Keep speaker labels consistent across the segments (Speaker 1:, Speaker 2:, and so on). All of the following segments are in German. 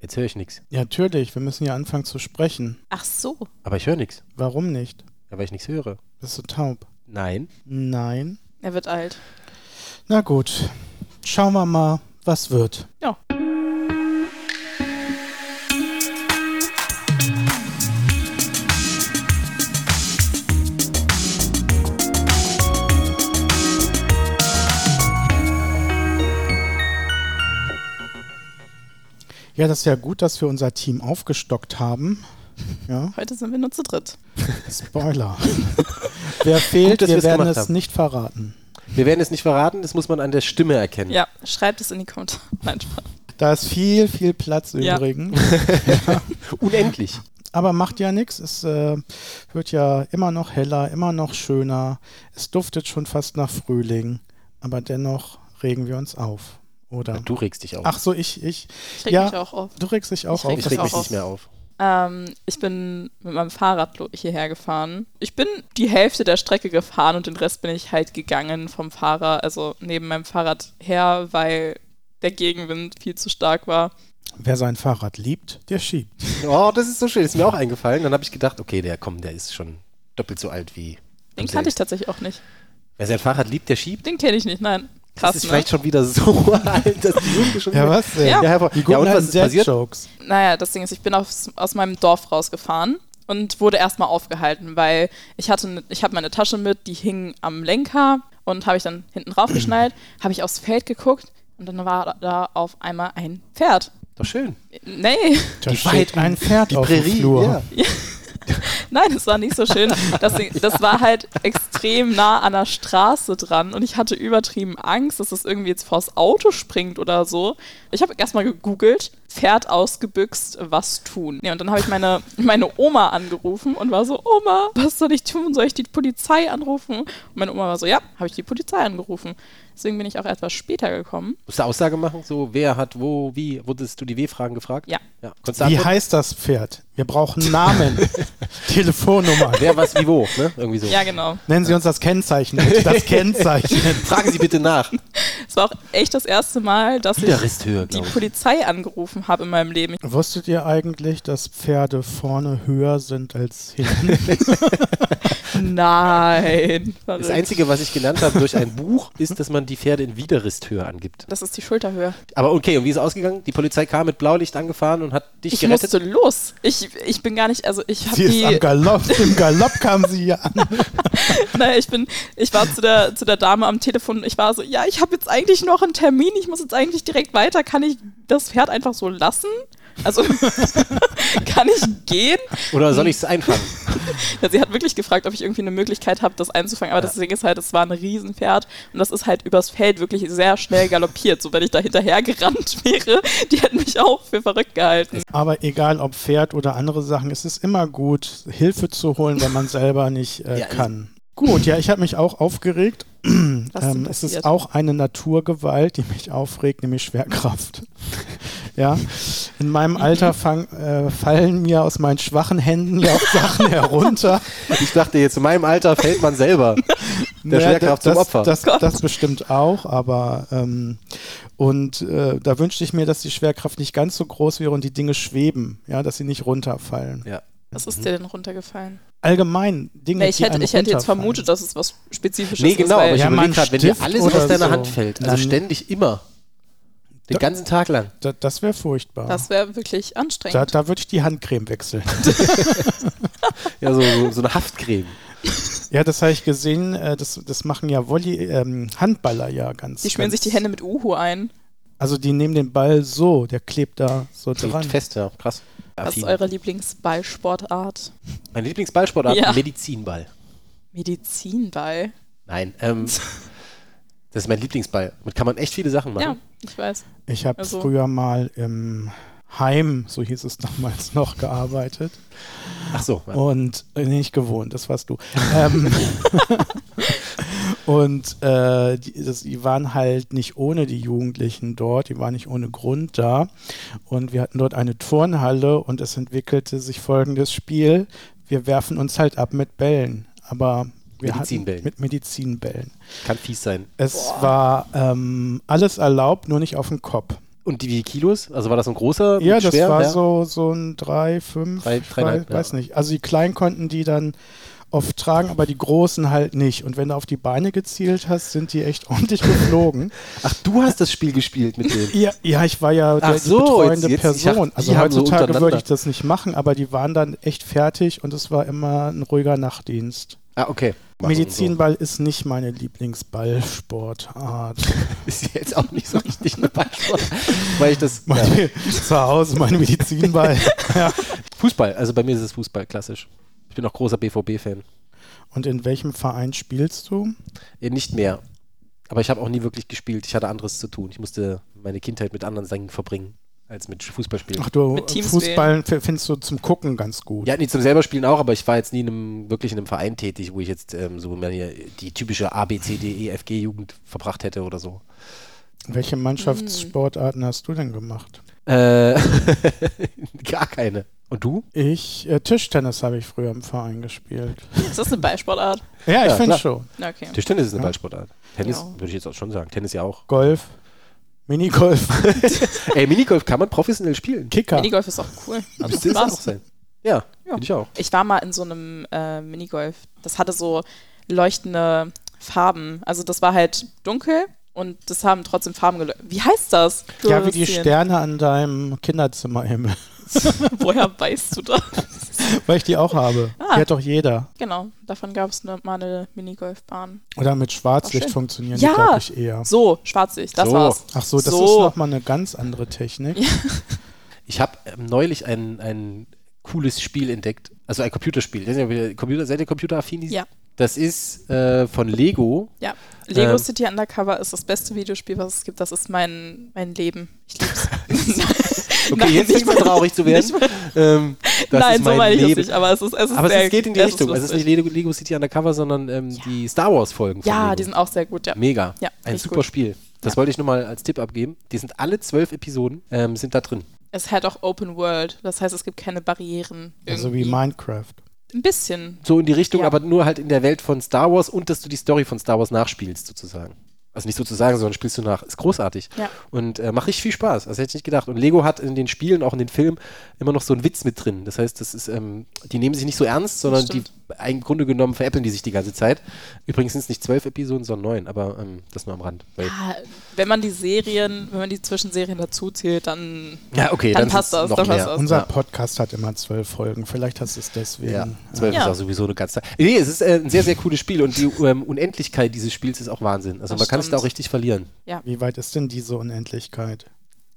Speaker 1: Jetzt höre ich nichts.
Speaker 2: Ja, natürlich, wir müssen ja anfangen zu sprechen.
Speaker 3: Ach so.
Speaker 1: Aber ich höre nichts.
Speaker 2: Warum nicht?
Speaker 1: Ja, weil ich nichts höre.
Speaker 2: Bist du taub?
Speaker 1: Nein.
Speaker 2: Nein.
Speaker 3: Er wird alt.
Speaker 2: Na gut, schauen wir mal, was wird.
Speaker 3: Ja.
Speaker 2: Ja, das ist ja gut, dass wir unser Team aufgestockt haben. Ja,
Speaker 3: Heute sind wir nur zu dritt.
Speaker 2: Spoiler. Wer fehlt,
Speaker 1: dass
Speaker 2: wir
Speaker 1: wir's
Speaker 2: werden
Speaker 1: gemacht
Speaker 2: es
Speaker 1: haben.
Speaker 2: nicht verraten.
Speaker 1: Wir werden es nicht verraten, das muss man an der Stimme erkennen.
Speaker 3: Ja, schreibt es in die Kommentare. Nein, Spaß.
Speaker 2: Da ist viel, viel Platz
Speaker 3: Ja.
Speaker 2: übrigens.
Speaker 1: Unendlich.
Speaker 2: Aber macht ja nichts. Es äh, wird ja immer noch heller, immer noch schöner. Es duftet schon fast nach Frühling. Aber dennoch regen wir uns auf. Oder?
Speaker 1: Du regst dich auf.
Speaker 2: Ach so, ich, ich.
Speaker 3: Ich reg
Speaker 2: Ja.
Speaker 3: mich auch auf.
Speaker 2: Du regst dich auch
Speaker 3: Ich reg
Speaker 2: auf.
Speaker 1: ich
Speaker 2: Das
Speaker 1: reg
Speaker 2: ist
Speaker 1: mich
Speaker 3: auch
Speaker 1: nicht mehr auf.
Speaker 3: Ähm, ich bin mit meinem Fahrrad lo- hierher gefahren. Ich bin die Hälfte der Strecke gefahren und den Rest bin ich halt gegangen vom Fahrrad, also neben meinem Fahrrad her, weil der Gegenwind viel zu stark war.
Speaker 2: Wer sein Fahrrad liebt, der schiebt.
Speaker 1: Oh, das ist so schön. Ist mir auch eingefallen. Dann habe ich gedacht, okay, der komm, der ist schon doppelt so alt wie. am
Speaker 3: Den kannte ich
Speaker 1: selbst.
Speaker 3: tatsächlich auch nicht.
Speaker 1: Wer sein Fahrrad liebt, der schiebt.
Speaker 3: Den kenne ich nicht, nein.
Speaker 1: Das
Speaker 3: Krass,
Speaker 1: ist
Speaker 3: ne?
Speaker 1: vielleicht schon wieder so alt, dass die Jugend schon
Speaker 2: Ja,
Speaker 1: wieder-
Speaker 2: was denn?
Speaker 1: Ja, hervor-
Speaker 2: Die
Speaker 1: ja,
Speaker 2: guten
Speaker 1: und was ist passiert?
Speaker 2: Jokes.
Speaker 3: Naja, das Ding ist, ich bin aus, aus meinem Dorf rausgefahren und wurde erstmal aufgehalten, weil ich hatte, ne- ich habe meine Tasche mit, die hing am Lenker und habe ich dann hinten raufgeschnallt, habe ich aufs Feld geguckt und dann war da- da auf einmal ein Pferd. Äh,
Speaker 1: Doch schön.
Speaker 3: Nee,
Speaker 2: Da
Speaker 1: Die
Speaker 2: steht
Speaker 1: Weiden,
Speaker 2: ein Pferd
Speaker 1: Die
Speaker 2: auf dem
Speaker 1: Prärie.
Speaker 2: Flur.
Speaker 1: Ja.
Speaker 3: nein, es war nicht so schön. Das, Ding- das war halt extrem nah an der Straße dran und ich hatte übertrieben Angst, dass es irgendwie jetzt vors Auto springt oder so. Ich habe erstmal gegoogelt, Pferd ausgebüxt, was tun? Nee, und dann habe ich meine, meine Oma angerufen und war so, Oma, was soll ich tun? Soll ich die Polizei anrufen? Und meine Oma war so, ja, habe ich die Polizei angerufen. Deswegen bin ich auch etwas später gekommen.
Speaker 1: Musst du Aussage machen? So, wer hat wo, wie? Wurdest du die W-Fragen gefragt?
Speaker 3: Ja.
Speaker 1: ja. Konntest du
Speaker 2: Wie
Speaker 1: antworten?
Speaker 2: heißt das Pferd? Wir brauchen Namen, Telefonnummer.
Speaker 1: Wer was wie wo, ne? Irgendwie so.
Speaker 3: Ja, genau.
Speaker 2: Nennen Sie uns das Kennzeichen. bitte. Das Kennzeichen.
Speaker 1: Fragen Sie bitte nach.
Speaker 3: Es war auch echt das erste Mal, dass ich
Speaker 1: Wieder Risthöhe,
Speaker 3: die
Speaker 1: glaube ich.
Speaker 3: Polizei angerufen habe in meinem Leben.
Speaker 2: Wusstet ihr eigentlich, dass Pferde vorne höher sind als hinten?
Speaker 3: Nein.
Speaker 1: Das
Speaker 3: Verrückt.
Speaker 1: Einzige, was ich gelernt habe durch ein Buch, ist, dass man die Pferde in Widerristhöhe angibt.
Speaker 3: Das ist die Schulterhöhe.
Speaker 1: Aber okay, und wie ist es ausgegangen? Die Polizei kam mit Blaulicht angefahren und hat dich
Speaker 3: Ich,
Speaker 1: gerettet.
Speaker 3: musste los. Ich, ich bin gar nicht, also ich habe
Speaker 2: Sie ist
Speaker 3: die,
Speaker 2: am Galopp. Im Galopp kam sie hier an.
Speaker 3: naja, ich bin, ich war zu der, zu der Dame am Telefon, ich war so, ja, ich habe jetzt eigentlich noch einen Termin, ich muss jetzt eigentlich direkt weiter, kann ich das Pferd einfach so lassen? Also, kann ich gehen?
Speaker 1: Oder
Speaker 2: Hm.
Speaker 1: soll ich es einfangen?
Speaker 3: Ja, sie hat wirklich gefragt, ob ich irgendwie eine Möglichkeit habe, das einzufangen. Aber das Ding ist halt, es war ein Riesenpferd und das ist halt übers Feld wirklich sehr schnell galoppiert. So, wenn ich da hinterher gerannt wäre, die hätten mich auch für verrückt gehalten.
Speaker 2: Aber egal ob Pferd oder andere Sachen, es ist immer gut, Hilfe zu holen, wenn man selber nicht äh,
Speaker 1: Ja,
Speaker 2: kann. Gut, ja, ich habe mich auch aufgeregt.
Speaker 3: Was
Speaker 2: Ähm,
Speaker 3: denn
Speaker 2: es ist
Speaker 3: passiert?
Speaker 2: auch eine Naturgewalt, die mich aufregt, nämlich Schwerkraft. ja, in meinem Alter fang, äh, fallen mir aus meinen schwachen Händen ja auch Sachen herunter.
Speaker 1: Ich dachte jetzt, in meinem Alter fällt man selber der
Speaker 2: Naja,
Speaker 1: Schwerkraft
Speaker 2: das,
Speaker 1: zum Opfer.
Speaker 2: Das,
Speaker 3: Gott.
Speaker 2: das bestimmt auch, aber ähm, und äh, da wünschte ich mir, dass die Schwerkraft nicht ganz so groß wäre und die Dinge schweben, ja, dass sie nicht runterfallen.
Speaker 1: ja.
Speaker 3: Was ist dir denn runtergefallen?
Speaker 2: Allgemein Dinge,
Speaker 3: Nee, ich
Speaker 2: die
Speaker 3: hätte,
Speaker 2: einem
Speaker 3: ich hätte jetzt
Speaker 2: runterfallen.
Speaker 3: vermutet, dass es was Spezifisches
Speaker 1: Nee,
Speaker 3: ist.
Speaker 1: genau, aber
Speaker 3: weil-
Speaker 1: ich
Speaker 2: Ja,
Speaker 1: überlege
Speaker 2: mein
Speaker 1: gerade, wenn dir
Speaker 2: Stift
Speaker 1: alles
Speaker 2: oder
Speaker 1: aus deiner
Speaker 2: so.
Speaker 1: Hand fällt, also
Speaker 2: Dann-
Speaker 1: ständig immer, den
Speaker 2: Da-
Speaker 1: ganzen Tag lang.
Speaker 2: Da, das wäre furchtbar.
Speaker 3: das wäre wirklich
Speaker 2: da
Speaker 3: anstrengend.
Speaker 2: da würde ich die Handcreme wechseln.
Speaker 1: Ja, so, so, so eine Haftcreme.
Speaker 2: ja, das habe ich gesehen, äh, das, das machen ja Volley, ähm, Handballer ja ganz.
Speaker 3: die schmieren
Speaker 2: ganz,
Speaker 3: sich die Hände mit Uhu ein.
Speaker 2: Also die nehmen den Ball so, der klebt da so dran.
Speaker 1: Liegt fest, ja, krass.
Speaker 3: Was
Speaker 1: Affin.
Speaker 3: ist eure Lieblingsballsportart?
Speaker 1: Mein Lieblingsballsportart,
Speaker 3: Ja.
Speaker 1: Medizinball.
Speaker 3: Medizinball.
Speaker 1: Nein, ähm, das ist mein Lieblingsball. Damit kann man echt viele Sachen machen.
Speaker 3: Ja, ich weiß.
Speaker 2: Ich habe
Speaker 3: Also-
Speaker 2: früher mal im Heim, so hieß es damals noch, gearbeitet.
Speaker 1: Ach so, ja.
Speaker 2: Und äh, nee, nicht gewohnt, das warst du. ähm, und äh, die, das, die waren halt nicht ohne die Jugendlichen dort, die waren nicht ohne Grund da. Und wir hatten dort eine Turnhalle und es entwickelte sich folgendes Spiel. Wir werfen uns halt ab mit Bällen, aber wir
Speaker 1: Medizinbällen.
Speaker 2: hatten mit Medizinbällen.
Speaker 1: kann fies sein.
Speaker 2: Es war ähm, alles erlaubt, nur nicht auf den Kopf.
Speaker 1: Und die wie Kilos? Also war das so ein großer?
Speaker 2: Ja,
Speaker 1: mit
Speaker 2: das
Speaker 1: schweren,
Speaker 2: war
Speaker 1: ja?
Speaker 2: so, so ein 3, 5,
Speaker 1: Drei- dreieinhalb, ja.
Speaker 2: weiß nicht. Also die Kleinen konnten die dann oft tragen, aber die Großen halt nicht. Und wenn du auf die Beine gezielt hast, sind die echt ordentlich geflogen.
Speaker 1: Ach, du hast das Spiel gespielt mit denen.
Speaker 2: ja, ja, ich war ja
Speaker 1: Ach
Speaker 2: der,
Speaker 1: so,
Speaker 2: die betreuende
Speaker 1: jetzt- jetzt- ich dachte,
Speaker 2: Person.
Speaker 1: die
Speaker 2: also
Speaker 1: haben so
Speaker 2: heutzutage
Speaker 1: untereinander.
Speaker 2: würde ich das nicht machen, aber die waren dann echt fertig und es war immer ein ruhiger Nachtdienst.
Speaker 1: ah, okay. Machen
Speaker 2: Medizinball ist nicht meine Lieblingsballsportart.
Speaker 1: So. Ist jetzt auch nicht so richtig eine Ballsport. weil ich das. Ja.
Speaker 2: Meine, Zu Hause mein Medizinball.
Speaker 1: Fußball, also bei mir ist es Fußball, klassisch. Ich bin auch großer BVB-Fan.
Speaker 2: Und in welchem Verein spielst du?
Speaker 1: Ja, Äh, nicht mehr. Aber ich habe auch nie wirklich gespielt. Ich hatte anderes zu tun. Ich musste meine Kindheit mit anderen Dingen verbringen, als mit Fußballspielen.
Speaker 2: Ach du,
Speaker 3: Mit Teams
Speaker 2: Fußball f- findest du zum Gucken ganz gut.
Speaker 1: Ja, nee, zum selber Spielen auch, aber ich war jetzt nie in einem, wirklich in einem Verein tätig, wo ich jetzt ähm, so meine, die typische A, B, C, D, E, F, G-Jugend verbracht hätte oder so.
Speaker 2: Welche
Speaker 3: Mhm.
Speaker 2: Mannschaftssportarten hast du denn gemacht?
Speaker 1: Äh, gar keine. Und du?
Speaker 2: Ich, äh, Tischtennis habe ich früher im Verein gespielt.
Speaker 3: Ist das eine Ballsportart?
Speaker 2: Ja, ich
Speaker 1: Ja,
Speaker 2: finde
Speaker 1: klar.
Speaker 2: schon.
Speaker 3: Na, Okay.
Speaker 1: Tischtennis ist eine
Speaker 2: Ja.
Speaker 1: Ballsportart. Tennis
Speaker 3: Ja.
Speaker 1: würde ich jetzt auch schon sagen. Tennis ja auch.
Speaker 2: Golf, Minigolf,
Speaker 1: Ey, Minigolf kann man professionell spielen.
Speaker 2: Kicker.
Speaker 3: Minigolf ist auch cool. Hat
Speaker 1: Müsste es auch
Speaker 3: Spaß.
Speaker 1: sein. Ja,
Speaker 3: Ja.
Speaker 1: finde ich auch.
Speaker 3: Ich war mal in so einem äh, Minigolf. Das hatte so leuchtende Farben. Also das war halt dunkel und das haben trotzdem Farben geleuchtet. Wie heißt das?
Speaker 2: Ja, wie die
Speaker 3: Fluoreszieren.
Speaker 2: Sterne an deinem Kinderzimmerhimmel,
Speaker 3: Woher weißt du das?
Speaker 2: weil ich die auch habe.
Speaker 3: Ah.
Speaker 2: Die hat doch jeder.
Speaker 3: Genau, davon gab es ne, mal eine Minigolfbahn.
Speaker 2: Oder mit
Speaker 3: Ach,
Speaker 2: Schwarzlicht
Speaker 3: schön.
Speaker 2: funktionieren
Speaker 3: Ja.
Speaker 2: die, glaube ich, eher.
Speaker 3: So, schwarzig, das
Speaker 1: So.
Speaker 3: war's.
Speaker 2: Ach so, das
Speaker 3: So.
Speaker 2: ist nochmal eine ganz andere Technik.
Speaker 1: Ich habe ähm, neulich ein, ein cooles Spiel entdeckt. Also ein Computerspiel. Ich weiß nicht, ob ihr Computer, seid ihr computeraffin?
Speaker 3: Ja.
Speaker 1: Das ist äh, von Lego.
Speaker 3: Ja, Lego
Speaker 1: Ähm.
Speaker 3: City Undercover ist das beste Videospiel, was es gibt. Das ist mein, mein Leben. Ich lieb's.
Speaker 1: Okay, jetzt nicht mal traurig zu werden. Ähm, das
Speaker 3: Nein,
Speaker 1: ist mein
Speaker 3: so meine ich
Speaker 1: Leben.
Speaker 3: das nicht, aber es ist es ist
Speaker 1: Aber
Speaker 3: sehr,
Speaker 1: es geht in die
Speaker 3: es ist
Speaker 1: Richtung. Also es ist nicht
Speaker 3: lustig.
Speaker 1: Lego, Lego City Undercover, sondern ähm, die Star Wars-Folgen. von
Speaker 3: ja,
Speaker 1: Lego.
Speaker 3: die sind auch sehr gut, ja.
Speaker 1: Mega.
Speaker 3: Ja,
Speaker 1: Ein
Speaker 3: richtig
Speaker 1: super
Speaker 3: gut.
Speaker 1: Spiel. Das
Speaker 3: Ja.
Speaker 1: wollte ich nur mal als Tipp abgeben. Die sind alle zwölf Episoden, ähm, sind da drin.
Speaker 3: Es ist halt auch Open World. Das heißt, es gibt keine Barrieren.
Speaker 2: Also wie
Speaker 3: irgendwie.
Speaker 2: Minecraft.
Speaker 3: Ein bisschen.
Speaker 1: So in die Richtung,
Speaker 3: Ja.
Speaker 1: aber nur halt in der Welt von Star Wars und dass du die Story von Star Wars nachspielst, sozusagen. Also nicht sozusagen, sondern spielst du nach. Ist großartig.
Speaker 3: Ja.
Speaker 1: Und äh, macht richtig viel Spaß. Also hätte ich nicht gedacht. Und Lego hat in den Spielen, auch in den Filmen, immer noch so einen Witz mit drin. Das heißt, das ist, ähm, die nehmen sich nicht so ernst, sondern die
Speaker 3: stimmt.
Speaker 1: im Grunde genommen veräppeln die sich die ganze Zeit. Übrigens sind es nicht zwölf Episoden, sondern neun, aber ähm, das nur am Rand. Weil,
Speaker 3: Ah, Wenn man die Serien, wenn man die Zwischenserien dazu zählt, dann
Speaker 1: ja, okay,
Speaker 3: Dann
Speaker 1: dann,
Speaker 3: passt
Speaker 1: sind's
Speaker 3: das,
Speaker 1: noch
Speaker 3: dann passt
Speaker 1: mehr.
Speaker 3: das.
Speaker 2: Unser
Speaker 1: Ja.
Speaker 2: Podcast hat immer zwölf Folgen. Vielleicht hast du es deswegen.
Speaker 1: Ja, 12
Speaker 3: Ja.
Speaker 1: ist auch sowieso eine ganze Zeit. Nee, es ist äh, ein sehr, sehr cooles Spiel und die ähm, Unendlichkeit dieses Spiels ist auch Wahnsinn. Also
Speaker 3: Das
Speaker 1: man kann es da
Speaker 3: stimmt.
Speaker 1: auch richtig verlieren.
Speaker 2: Wie weit ist denn diese Unendlichkeit?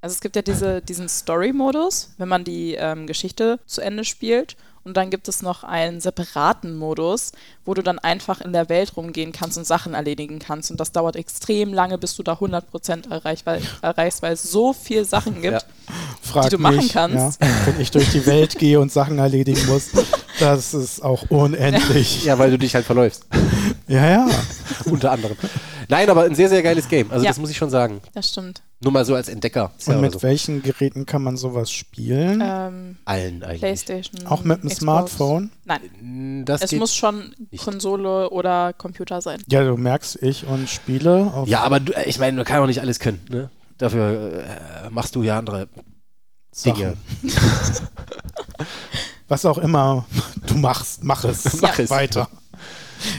Speaker 3: Also es gibt ja diese, diesen Story-Modus, wenn man die ähm, Geschichte zu Ende spielt. Und dann gibt es noch einen separaten Modus, wo du dann einfach in der Welt rumgehen kannst und Sachen erledigen kannst. Und das dauert extrem lange, bis du da 100% erreich, weil, erreichst, weil es so viel Sachen gibt.
Speaker 2: Frag
Speaker 3: Die du
Speaker 2: mich,
Speaker 3: machen kannst.
Speaker 2: Ja, wenn ich durch die Welt gehe und Sachen erledigen muss, das ist auch unendlich.
Speaker 1: Ja, weil du dich halt verläufst.
Speaker 2: Ja, ja.
Speaker 1: Unter anderem. Nein, aber ein sehr, sehr geiles Game. Also
Speaker 3: Ja.
Speaker 1: das muss ich schon sagen.
Speaker 3: Das stimmt.
Speaker 1: Nur mal so als Entdecker. Ist ja
Speaker 2: Und mit
Speaker 1: so.
Speaker 2: welchen Geräten kann man sowas spielen?
Speaker 3: also. Ähm,
Speaker 1: allen eigentlich. Hm,
Speaker 3: PlayStation.
Speaker 2: auch mit dem
Speaker 3: Xbox.
Speaker 2: Smartphone?
Speaker 3: Nein,
Speaker 1: Das
Speaker 3: es
Speaker 1: geht-
Speaker 3: muss schon
Speaker 1: nicht.
Speaker 3: Konsole oder Computer sein.
Speaker 2: Ja, du merkst, ich und Spiele. Auf
Speaker 1: ja, aber du, äh, ich meine, man kann auch nicht alles können. Ne? Dafür äh, machst du ja andere
Speaker 2: Sachen.
Speaker 1: Dinge.
Speaker 2: Was auch immer du machst, mach es.
Speaker 1: Mach es.
Speaker 2: Weiter.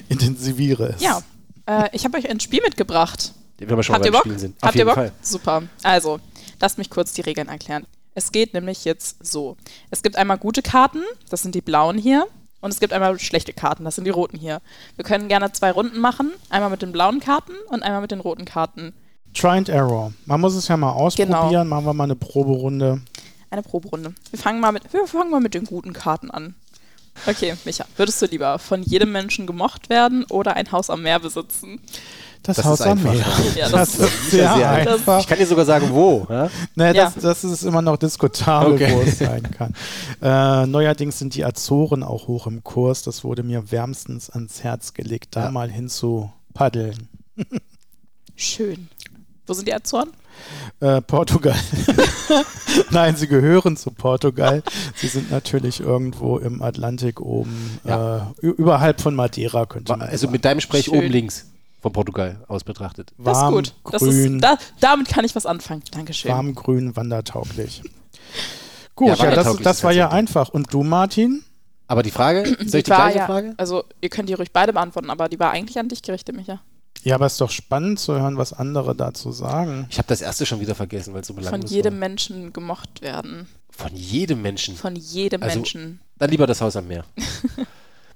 Speaker 2: Intensiviere es.
Speaker 3: Ja, äh, ich habe euch ein Spiel mitgebracht.
Speaker 1: Wenn wir schon
Speaker 3: Habt
Speaker 1: mal
Speaker 3: ihr
Speaker 1: beim
Speaker 3: Bock?
Speaker 1: Spielen sind. Auf
Speaker 3: Habt ihr
Speaker 1: jeden
Speaker 3: Bock?
Speaker 1: Fall.
Speaker 3: Super. Also, lasst mich kurz die Regeln erklären. Es geht nämlich jetzt so. Es gibt einmal gute Karten, das sind die blauen hier. Und es gibt einmal schlechte Karten, das sind die roten hier. Wir können gerne zwei Runden machen. Einmal mit den blauen Karten und einmal mit den roten Karten.
Speaker 2: Try and Error. Man muss es ja mal ausprobieren.
Speaker 3: Genau.
Speaker 2: Machen wir mal eine Proberunde.
Speaker 3: Eine Proberunde. Wir fangen mal mit, wir fangen mal mit den guten Karten an. Okay, Micha, würdest du lieber von jedem Menschen gemocht werden oder ein Haus am Meer besitzen?
Speaker 2: Das,
Speaker 1: Das
Speaker 2: Haus
Speaker 1: ist
Speaker 2: am
Speaker 1: einfach.
Speaker 2: Meer.
Speaker 3: Ja,
Speaker 2: Das
Speaker 3: das,
Speaker 2: ist sehr,
Speaker 1: sehr
Speaker 2: einfach.
Speaker 1: Ich kann dir sogar sagen, wo. Ja?
Speaker 2: Nee,
Speaker 3: Ja.
Speaker 2: das, das ist immer noch diskutabel,
Speaker 1: Okay.
Speaker 2: wo es sein kann. Äh, neuerdings sind die Azoren auch hoch im Kurs. Das wurde mir wärmstens ans Herz gelegt, da
Speaker 1: Ja.
Speaker 2: mal hinzupaddeln.
Speaker 3: schön. Wo sind die Azoren?
Speaker 2: Äh, Portugal. Nein, sie gehören zu Portugal. Sie sind natürlich irgendwo im Atlantik oben,
Speaker 1: Ja.
Speaker 2: äh, ü- überhalb von Madeira, könnte man
Speaker 1: Also
Speaker 2: sagen.
Speaker 1: mit deinem Sprech
Speaker 3: Schön.
Speaker 1: oben links. von Portugal aus betrachtet.
Speaker 3: Das ist
Speaker 2: Warm,
Speaker 3: gut. Das
Speaker 2: grün,
Speaker 3: ist, da, damit kann ich was anfangen. Dankeschön.
Speaker 2: warm, grün, wandertauglich. Gut, ja, das,
Speaker 1: wandertauglich
Speaker 2: das
Speaker 1: ist
Speaker 2: war
Speaker 1: ganz
Speaker 2: ja
Speaker 1: simpel.
Speaker 2: einfach. Und du, Martin?
Speaker 1: Aber die Frage, soll ich die
Speaker 3: war
Speaker 1: gleiche
Speaker 3: ja,
Speaker 1: Frage?
Speaker 3: Also, ihr könnt die ruhig beide beantworten, aber die war eigentlich an dich gerichtet, Micha.
Speaker 2: Ja, aber es ist doch spannend zu hören, was andere dazu sagen.
Speaker 1: Ich habe das erste schon wieder vergessen, weil es so
Speaker 3: Von
Speaker 1: belanglos
Speaker 3: jedem
Speaker 1: war.
Speaker 3: Menschen gemocht werden.
Speaker 1: Von jedem Menschen.
Speaker 3: Von jedem
Speaker 1: Also,
Speaker 3: Menschen.
Speaker 1: Dann lieber das Haus am Meer.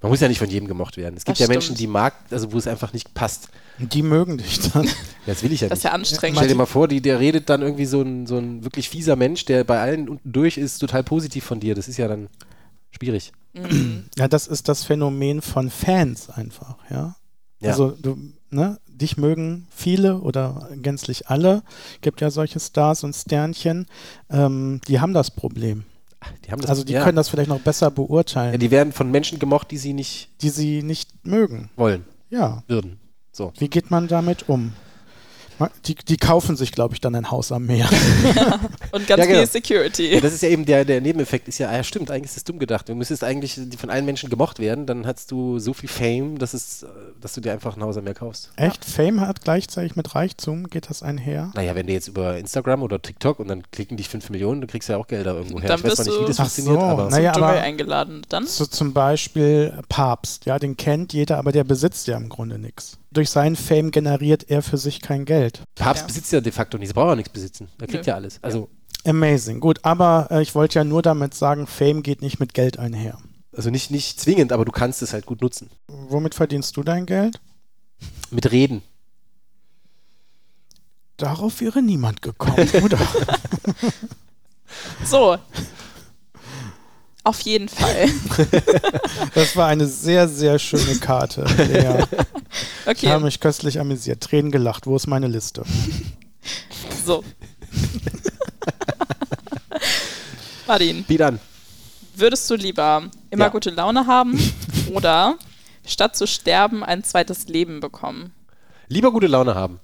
Speaker 1: Man muss ja nicht von jedem gemocht werden. Es gibt
Speaker 3: Das
Speaker 1: ja
Speaker 3: stimmt.
Speaker 1: Menschen, die mag, also wo es einfach nicht passt.
Speaker 2: Und Die mögen dich dann.
Speaker 1: Das will ich ja
Speaker 3: Das ist
Speaker 1: nicht.
Speaker 3: ja anstrengend.
Speaker 1: Stell dir mal vor, die, der redet dann irgendwie so ein, so ein wirklich fieser Mensch, der bei allen unten durch ist, total positiv von dir. Das ist ja dann schwierig.
Speaker 3: Mhm.
Speaker 2: Ja, das ist das Phänomen von Fans einfach, ja.
Speaker 1: Ja.
Speaker 2: Also du, ne, dich mögen viele oder gänzlich alle. Gibt ja solche Stars und Sternchen. Ähm, die haben das Problem.
Speaker 1: die haben das,
Speaker 2: also die
Speaker 1: ja.
Speaker 2: können das vielleicht noch besser beurteilen,
Speaker 1: ja,
Speaker 2: die,
Speaker 1: die werden von Menschen gemocht, die sie nicht
Speaker 2: sie nicht mögen.
Speaker 1: wollen
Speaker 2: Ja.
Speaker 1: würden. So.
Speaker 2: Wie geht man damit um? Ma- Die, die kaufen sich, glaube ich, dann ein Haus am Meer.
Speaker 3: Und ganz
Speaker 1: Ja, genau.
Speaker 3: viel Security.
Speaker 1: Ja, das ist ja eben der, der Nebeneffekt, ist ja, ah, ja, stimmt, eigentlich ist es dumm gedacht. Du müsstest eigentlich von allen Menschen gemocht werden, dann hast du so viel Fame, dass, es, äh, dass du dir einfach ein Haus am Meer kaufst.
Speaker 2: Echt? Fame hat gleichzeitig mit Reichtum, geht das einher?
Speaker 1: Naja, wenn du jetzt über Instagram oder TikTok und dann klicken dich 5 Millionen, du kriegst ja auch Gelder irgendwo her.
Speaker 3: Dann
Speaker 1: ich weiß zwar
Speaker 3: bist
Speaker 1: nicht, wie
Speaker 3: du-
Speaker 1: das
Speaker 2: Ach
Speaker 1: funktioniert,
Speaker 2: so,
Speaker 1: aber
Speaker 2: naja,
Speaker 3: Dschungel
Speaker 2: aber
Speaker 3: eingeladen. Dann
Speaker 2: so zum Beispiel Papst, ja, den kennt jeder, aber der besitzt ja im Grunde nichts. Durch seinen Fame generiert er für sich kein Geld.
Speaker 1: Papst
Speaker 3: Ja.
Speaker 1: besitzt ja de facto nichts, braucht ja nichts besitzen. Er kriegt
Speaker 3: Nö.
Speaker 1: ja alles. Also,
Speaker 2: Amazing, gut, aber äh, ich wollte ja nur damit sagen, Fame geht nicht mit Geld einher.
Speaker 1: also nicht, nicht zwingend, aber du kannst es halt gut nutzen.
Speaker 2: Womit verdienst du dein Geld?
Speaker 1: Mit Reden.
Speaker 2: Darauf wäre niemand gekommen, oder?
Speaker 3: so. Auf jeden Fall.
Speaker 2: Das war eine sehr, sehr schöne Karte. Ja. Ich habe
Speaker 3: Okay,
Speaker 2: mich köstlich amüsiert, Tränen gelacht. Wo ist meine Liste?
Speaker 3: so. Martin,
Speaker 1: Biet an.
Speaker 3: würdest du lieber immer
Speaker 1: Ja.
Speaker 3: gute Laune haben oder statt zu sterben ein zweites Leben bekommen?
Speaker 1: Lieber gute Laune haben.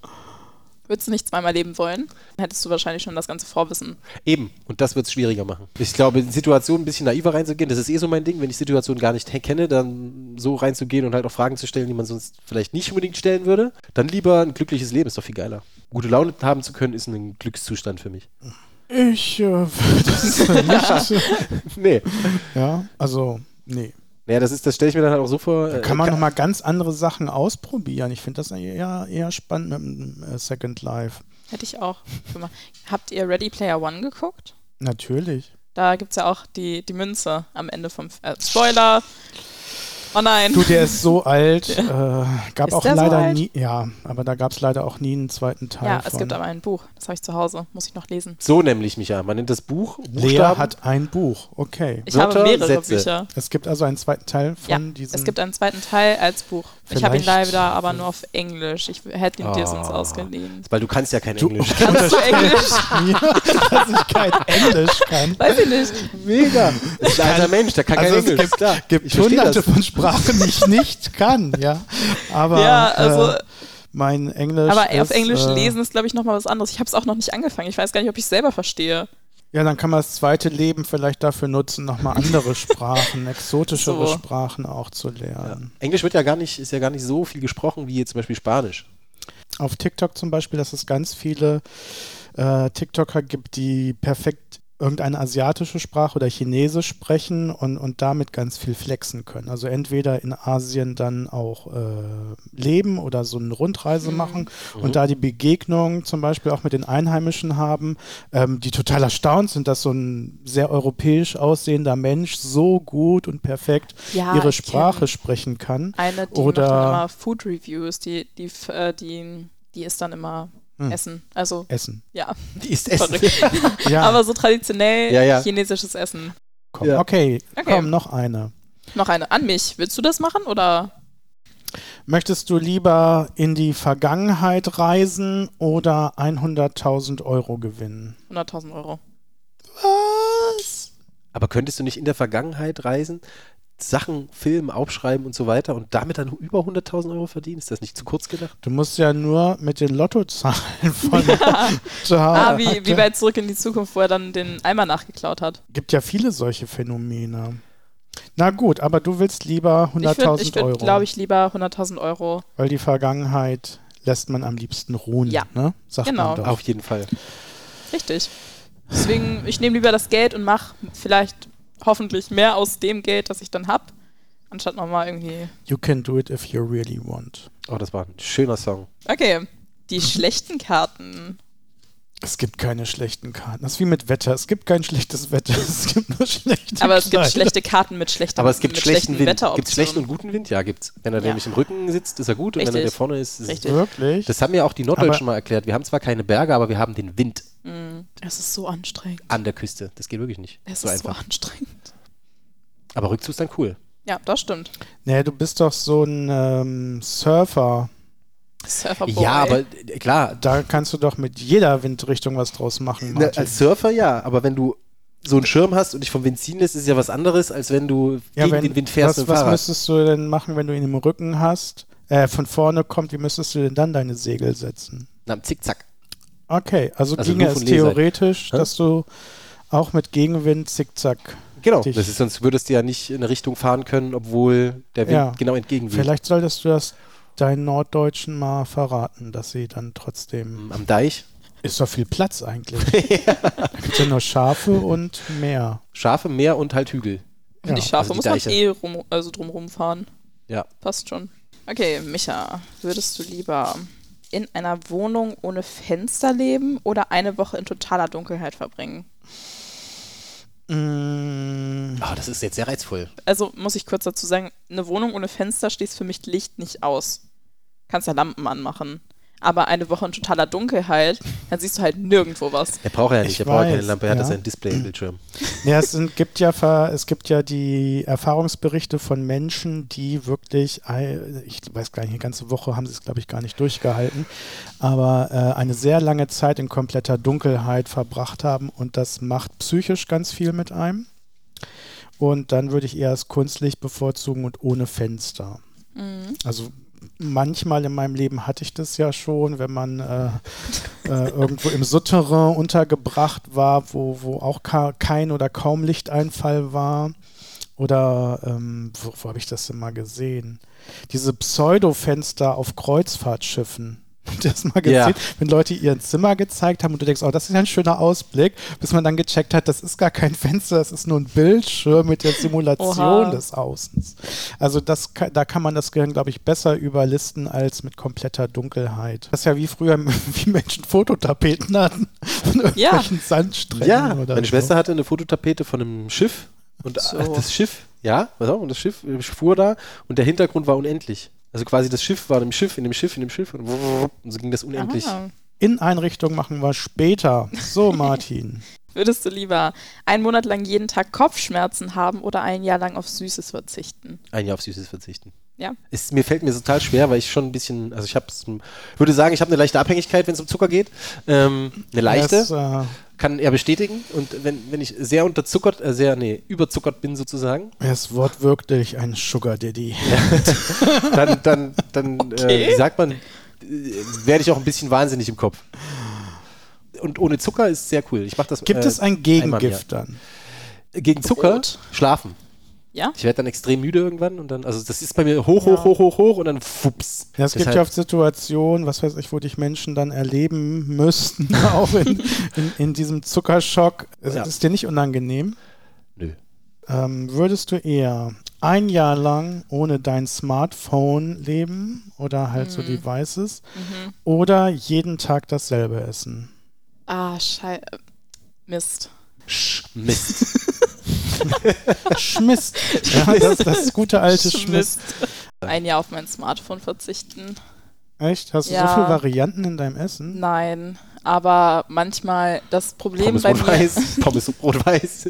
Speaker 3: Würdest du nicht zweimal leben wollen? Dann hättest du wahrscheinlich schon das ganze Vorwissen.
Speaker 1: Eben. Und das wird es schwieriger machen. Ich glaube, in Situationen ein bisschen naiver reinzugehen, das ist eh so mein Ding. Wenn ich Situationen gar nicht he- kenne, dann so reinzugehen und halt auch Fragen zu stellen, die man sonst vielleicht nicht unbedingt stellen würde. Dann lieber ein glückliches Leben, ist doch viel geiler. Gute Laune haben zu können, ist ein Glückszustand für mich.
Speaker 2: Ich äh, würde es nicht.
Speaker 1: nee.
Speaker 2: Ja, also, nee.
Speaker 1: Naja, das, ist- das stelle ich mir dann halt auch so vor. äh,
Speaker 2: Kann man
Speaker 1: ka-
Speaker 2: nochmal ganz andere Sachen ausprobieren. Ich finde das eher, eher spannend mit dem äh, Second Life.
Speaker 3: Hätte ich auch gemacht. Habt ihr Ready Player One geguckt?
Speaker 2: Natürlich.
Speaker 3: Da gibt es ja auch die, die Münze am Ende vom. F- Äh, Spoiler! Oh nein!
Speaker 2: Du, der ist so alt. Äh, gab
Speaker 3: Ist
Speaker 2: auch
Speaker 3: der so
Speaker 2: leider
Speaker 3: alt?
Speaker 2: nie. Ja, aber da gab es leider auch nie einen zweiten Teil.
Speaker 3: ja,
Speaker 2: von.
Speaker 3: es gibt aber ein Buch. Das habe ich zu Hause. Muss ich noch lesen.
Speaker 1: So nämlich, Micha. Man nennt das Buch
Speaker 2: Lea
Speaker 1: Buchstaben.
Speaker 2: hat ein Buch. Okay.
Speaker 3: Ich
Speaker 1: Wörter,
Speaker 3: habe mehrere
Speaker 1: Sätze.
Speaker 3: Bücher.
Speaker 2: Es gibt also einen zweiten Teil
Speaker 3: Ja,
Speaker 2: von diesem.
Speaker 3: es gibt einen zweiten Teil als Buch. Ich habe ihn
Speaker 2: Hm. Vielleicht-
Speaker 3: leider aber nur auf Englisch. Ich hätte ihn dir sonst
Speaker 1: Ah.
Speaker 3: ausgeliehen.
Speaker 1: Weil du kannst ja kein
Speaker 2: Du
Speaker 1: Englisch.
Speaker 3: Kannst du Englisch?
Speaker 2: mir, dass ich kein Englisch kann.
Speaker 3: Weiß ich nicht.
Speaker 1: Mega. Das ist ein alter Mensch, der kann
Speaker 2: Also
Speaker 1: kein
Speaker 2: es
Speaker 1: Englisch.
Speaker 2: gibt,
Speaker 1: Klar,
Speaker 2: gibt
Speaker 1: ich verstehe
Speaker 2: hunderte
Speaker 1: das.
Speaker 2: von Sprachen, die ich nicht kann, ja. Aber
Speaker 3: Ja, also-
Speaker 2: äh, mein Englisch.
Speaker 3: Aber
Speaker 2: ist,
Speaker 3: auf Englisch
Speaker 2: äh,
Speaker 3: lesen ist, glaube ich, nochmal was anderes. Ich habe es auch noch nicht angefangen. Ich weiß gar nicht, ob ich es selber verstehe.
Speaker 2: Ja, dann kann man das zweite Leben vielleicht dafür nutzen, nochmal andere Sprachen, exotischere
Speaker 3: So.
Speaker 2: Sprachen auch zu lernen.
Speaker 1: Englisch wird ja gar nicht, ist ja gar nicht so viel gesprochen wie jetzt zum Beispiel Spanisch.
Speaker 2: Auf TikTok zum Beispiel, dass es ganz viele äh, TikToker gibt, die perfekt irgendeine asiatische Sprache oder Chinesisch sprechen und, und damit ganz viel flexen können. Also entweder in Asien dann auch äh, leben oder so eine Rundreise machen und da die Begegnung zum Beispiel auch mit den Einheimischen haben, ähm, die total erstaunt sind, dass so ein sehr europäisch aussehender Mensch so gut und perfekt
Speaker 3: Ja,
Speaker 2: ihre
Speaker 3: ich kenn-
Speaker 2: Sprache sprechen kann.
Speaker 3: Eine, die macht dann
Speaker 2: oder
Speaker 3: immer Food Reviews. Die, die, f- äh, die, die isst dann immer
Speaker 2: Hm.
Speaker 3: Essen. Also,
Speaker 2: Essen.
Speaker 3: ja.
Speaker 1: Die ist Essen.
Speaker 3: Verrückt.
Speaker 2: Ja,
Speaker 3: Aber so traditionell
Speaker 1: Ah. Ja, ja.
Speaker 3: chinesisches Essen.
Speaker 2: komm.
Speaker 1: Ja.
Speaker 2: Okay,
Speaker 3: Okay.
Speaker 2: komm, noch eine.
Speaker 3: Noch eine an mich. Willst du das machen oder?
Speaker 2: Möchtest du lieber in die Vergangenheit reisen oder 100.000 Euro gewinnen?
Speaker 3: 100.000 Euro.
Speaker 2: Was?
Speaker 1: Aber könntest du nicht in der Vergangenheit reisen, Sachen, Filme aufschreiben und so weiter und damit dann über 100.000 Euro verdienen? Ist das nicht zu kurz gedacht?
Speaker 2: Du musst ja nur mit den Lottozahlen von da.
Speaker 3: Ah, wie, wie bei Zurück in die Zukunft, wo er dann den Eimer nachgeklaut hat.
Speaker 2: gibt ja viele solche Phänomene. Na gut, aber du willst lieber
Speaker 3: Ich würde,
Speaker 2: 100.000
Speaker 3: ich würd,
Speaker 2: Euro.
Speaker 3: glaube ich, lieber 100.000 Euro.
Speaker 2: Weil die Vergangenheit lässt man am liebsten ruhen.
Speaker 3: Ja.
Speaker 2: Ne? Sagt
Speaker 3: Genau.
Speaker 2: Man doch.
Speaker 1: Auf jeden Fall.
Speaker 3: Richtig. Deswegen, ich nehme lieber das Geld und mache vielleicht hoffentlich mehr aus dem Geld, das ich dann habe, anstatt nochmal irgendwie.
Speaker 2: You can do it if you really want.
Speaker 1: Oh, das war ein schöner Song.
Speaker 3: Okay, die schlechten Karten.
Speaker 2: Es gibt keine schlechten Karten. Das ist wie mit Wetter. Es gibt kein schlechtes Wetter. Es gibt nur schlechte
Speaker 3: Aber es gibt
Speaker 2: Kleider.
Speaker 3: schlechte Karten mit schlechtem
Speaker 1: Aber es gibt
Speaker 3: mit
Speaker 1: schlechten Wind.
Speaker 3: Wetteroptionen.
Speaker 1: Gibt es schlechten und guten Wind? Ja, gibt's. Wenn er
Speaker 3: Ja.
Speaker 1: nämlich im Rücken sitzt, ist er gut. Und wenn er
Speaker 3: Richtig.
Speaker 1: da vorne ist, ist
Speaker 3: Richtig.
Speaker 1: es.
Speaker 2: Wirklich?
Speaker 1: Das haben ja auch die Norddeutschen mal erklärt. Wir haben zwar keine Berge, aber wir haben den Wind
Speaker 3: Es ist so anstrengend.
Speaker 1: an der Küste. Das geht wirklich nicht.
Speaker 3: Es
Speaker 1: so
Speaker 3: ist
Speaker 1: einfach.
Speaker 3: so anstrengend.
Speaker 1: Aber Rückzug ist dann cool.
Speaker 3: Ja, das stimmt.
Speaker 2: nee, du bist doch so ein ähm, Surfer.
Speaker 3: Surferboy.
Speaker 1: Ja, aber äh, klar,
Speaker 2: Da kannst du doch mit jeder Windrichtung was draus machen.
Speaker 1: Na,
Speaker 2: Martin.
Speaker 1: Ne, als Surfer ja, aber wenn du so einen Schirm hast und dich vom Wind ziehen lässt, ist ja was anderes, als wenn du gegen den Wind fährst
Speaker 2: was,
Speaker 1: mit dem
Speaker 2: was
Speaker 1: Fahrrad.
Speaker 2: müsstest du denn machen, wenn du ihn im Rücken hast, äh, von vorne kommt, wie müsstest du denn dann deine Segel setzen?
Speaker 1: Na, am Zickzack.
Speaker 2: Okay, also,
Speaker 1: Also
Speaker 2: ginge
Speaker 1: nur
Speaker 2: es
Speaker 1: von Leerseite.
Speaker 2: theoretisch,
Speaker 1: Hä?
Speaker 2: dass du auch mit Gegenwind zickzack.
Speaker 1: Genau.
Speaker 2: Dich-
Speaker 1: Das ist, sonst würdest du ja nicht in eine Richtung fahren können, obwohl der Wind
Speaker 2: Ja.
Speaker 1: genau entgegenweht.
Speaker 2: Vielleicht solltest du das deinen Norddeutschen mal verraten, dass sie dann trotzdem.
Speaker 1: Am Deich.
Speaker 2: Ist doch viel Platz eigentlich. Da gibt es ja nur Schafe und Meer.
Speaker 1: Schafe, Meer und halt Hügel.
Speaker 3: Und die
Speaker 2: Ja,
Speaker 3: Schafe
Speaker 1: also die
Speaker 3: muss man
Speaker 1: Deiche.
Speaker 3: eh rum, also drumrum fahren.
Speaker 1: Ja.
Speaker 3: Passt schon. Okay, Micha, würdest du lieber in einer Wohnung ohne Fenster leben oder eine Woche in totaler Dunkelheit verbringen?
Speaker 2: Mm,
Speaker 1: Oh, das ist jetzt sehr reizvoll.
Speaker 3: Also muss ich kurz dazu sagen, eine Wohnung ohne Fenster schließt für mich Licht nicht aus. Kannst ja Lampen anmachen. Aber eine Woche in totaler Dunkelheit, dann siehst du halt nirgendwo was.
Speaker 1: Er braucht ja nicht,
Speaker 2: Ich
Speaker 1: er braucht ja keine
Speaker 2: weiß,
Speaker 1: Lampe, er hat ja
Speaker 2: ja.
Speaker 1: seinen Display-Bildschirm.
Speaker 2: Ja, es sind, gibt ja Ver- es gibt ja die Erfahrungsberichte von Menschen, die wirklich, ei- ich weiß gar nicht, eine ganze Woche haben sie es, glaube ich, gar nicht durchgehalten, aber äh, eine sehr lange Zeit in kompletter Dunkelheit verbracht haben und das macht psychisch ganz viel mit einem. Und dann würde ich eher das Kunstlicht bevorzugen und ohne Fenster. Also manchmal in meinem Leben hatte ich das ja schon, wenn man äh, äh, irgendwo im Souterrain untergebracht war, wo, wo auch ka kein oder kaum Lichteinfall war. Oder ähm, wo, wo habe ich das denn mal gesehen? Diese Pseudofenster auf Kreuzfahrtschiffen. Habt ihr Das mal gesehen,
Speaker 1: Ja.
Speaker 2: wenn Leute ihr ein Zimmer gezeigt haben und du denkst, oh, das ist ja ein schöner Ausblick, bis man dann gecheckt hat, das ist gar kein Fenster, das ist nur ein Bildschirm mit der Simulation
Speaker 3: Oha.
Speaker 2: des Außens. Also das, ka- da kann man das Gehirn, glaube ich, besser überlisten als mit kompletter Dunkelheit. Das ist ja wie früher, wie Menschen Fototapeten hatten von
Speaker 3: Ja.
Speaker 2: irgendwelchen Sandstränden
Speaker 1: Ja,
Speaker 2: oder
Speaker 1: meine
Speaker 2: so.
Speaker 1: Schwester hatte eine Fototapete von einem Schiff und
Speaker 3: So.
Speaker 1: äh, das Schiff, ja, pass auf, und das Schiff äh, fuhr da und der Hintergrund war unendlich. Also quasi das Schiff war im Schiff, in dem Schiff, in dem Schiff und, und so ging das unendlich.
Speaker 3: Ah.
Speaker 2: Inneneinrichtung machen wir später. So, Martin.
Speaker 3: Würdest du lieber einen Monat lang jeden Tag Kopfschmerzen haben oder ein Jahr lang auf Süßes verzichten?
Speaker 1: Ein Jahr auf Süßes verzichten.
Speaker 3: Ja.
Speaker 1: Es, mir fällt mir total schwer, weil ich schon ein bisschen, also ich hab's, würde sagen, ich habe eine leichte Abhängigkeit, wenn es um Zucker geht. Ähm, eine leichte.
Speaker 2: Das, äh,
Speaker 1: kann er bestätigen. Und wenn, wenn ich sehr unterzuckert, äh, sehr, nee, überzuckert bin sozusagen,
Speaker 2: das Wort wirklich ein Sugar Daddy.
Speaker 1: dann, dann, dann äh, wie sagt man, äh, werde ich auch ein bisschen wahnsinnig im Kopf. Und ohne Zucker ist sehr cool. Ich mache das.
Speaker 2: Gibt
Speaker 1: äh,
Speaker 2: es ein
Speaker 1: einmal im Jahr.
Speaker 2: Gegengift dann?
Speaker 1: Gegen Zucker?
Speaker 3: Brot?
Speaker 1: Schlafen.
Speaker 3: Ja?
Speaker 1: Ich werde dann extrem müde irgendwann und dann, also das ist bei mir hoch, hoch, hoch, hoch, hoch und dann fups. halt
Speaker 2: Ja, es gibt
Speaker 1: Deshalb-
Speaker 2: ja oft Situationen, was weiß ich, wo dich Menschen dann erleben müssten, auch in, in, in diesem Zuckerschock. Ist,
Speaker 1: Ja.
Speaker 2: ist dir nicht unangenehm?
Speaker 1: Nö.
Speaker 2: Ähm, würdest du eher ein Jahr lang ohne dein Smartphone leben oder halt
Speaker 3: Mhm.
Speaker 2: so Devices oder jeden Tag dasselbe essen?
Speaker 3: Ah, scheiße. Mist.
Speaker 1: Sch, Mist.
Speaker 2: Schmist. ja, das, das gute alte Schmist.
Speaker 3: Ein Jahr auf mein Smartphone verzichten.
Speaker 2: Echt? Hast du
Speaker 3: Ja.
Speaker 2: so viele Varianten in deinem Essen?
Speaker 3: Nein, aber manchmal das Problem
Speaker 1: Pommes
Speaker 3: bei
Speaker 1: rot
Speaker 3: mir,
Speaker 1: weiß. Pommes rot weiß.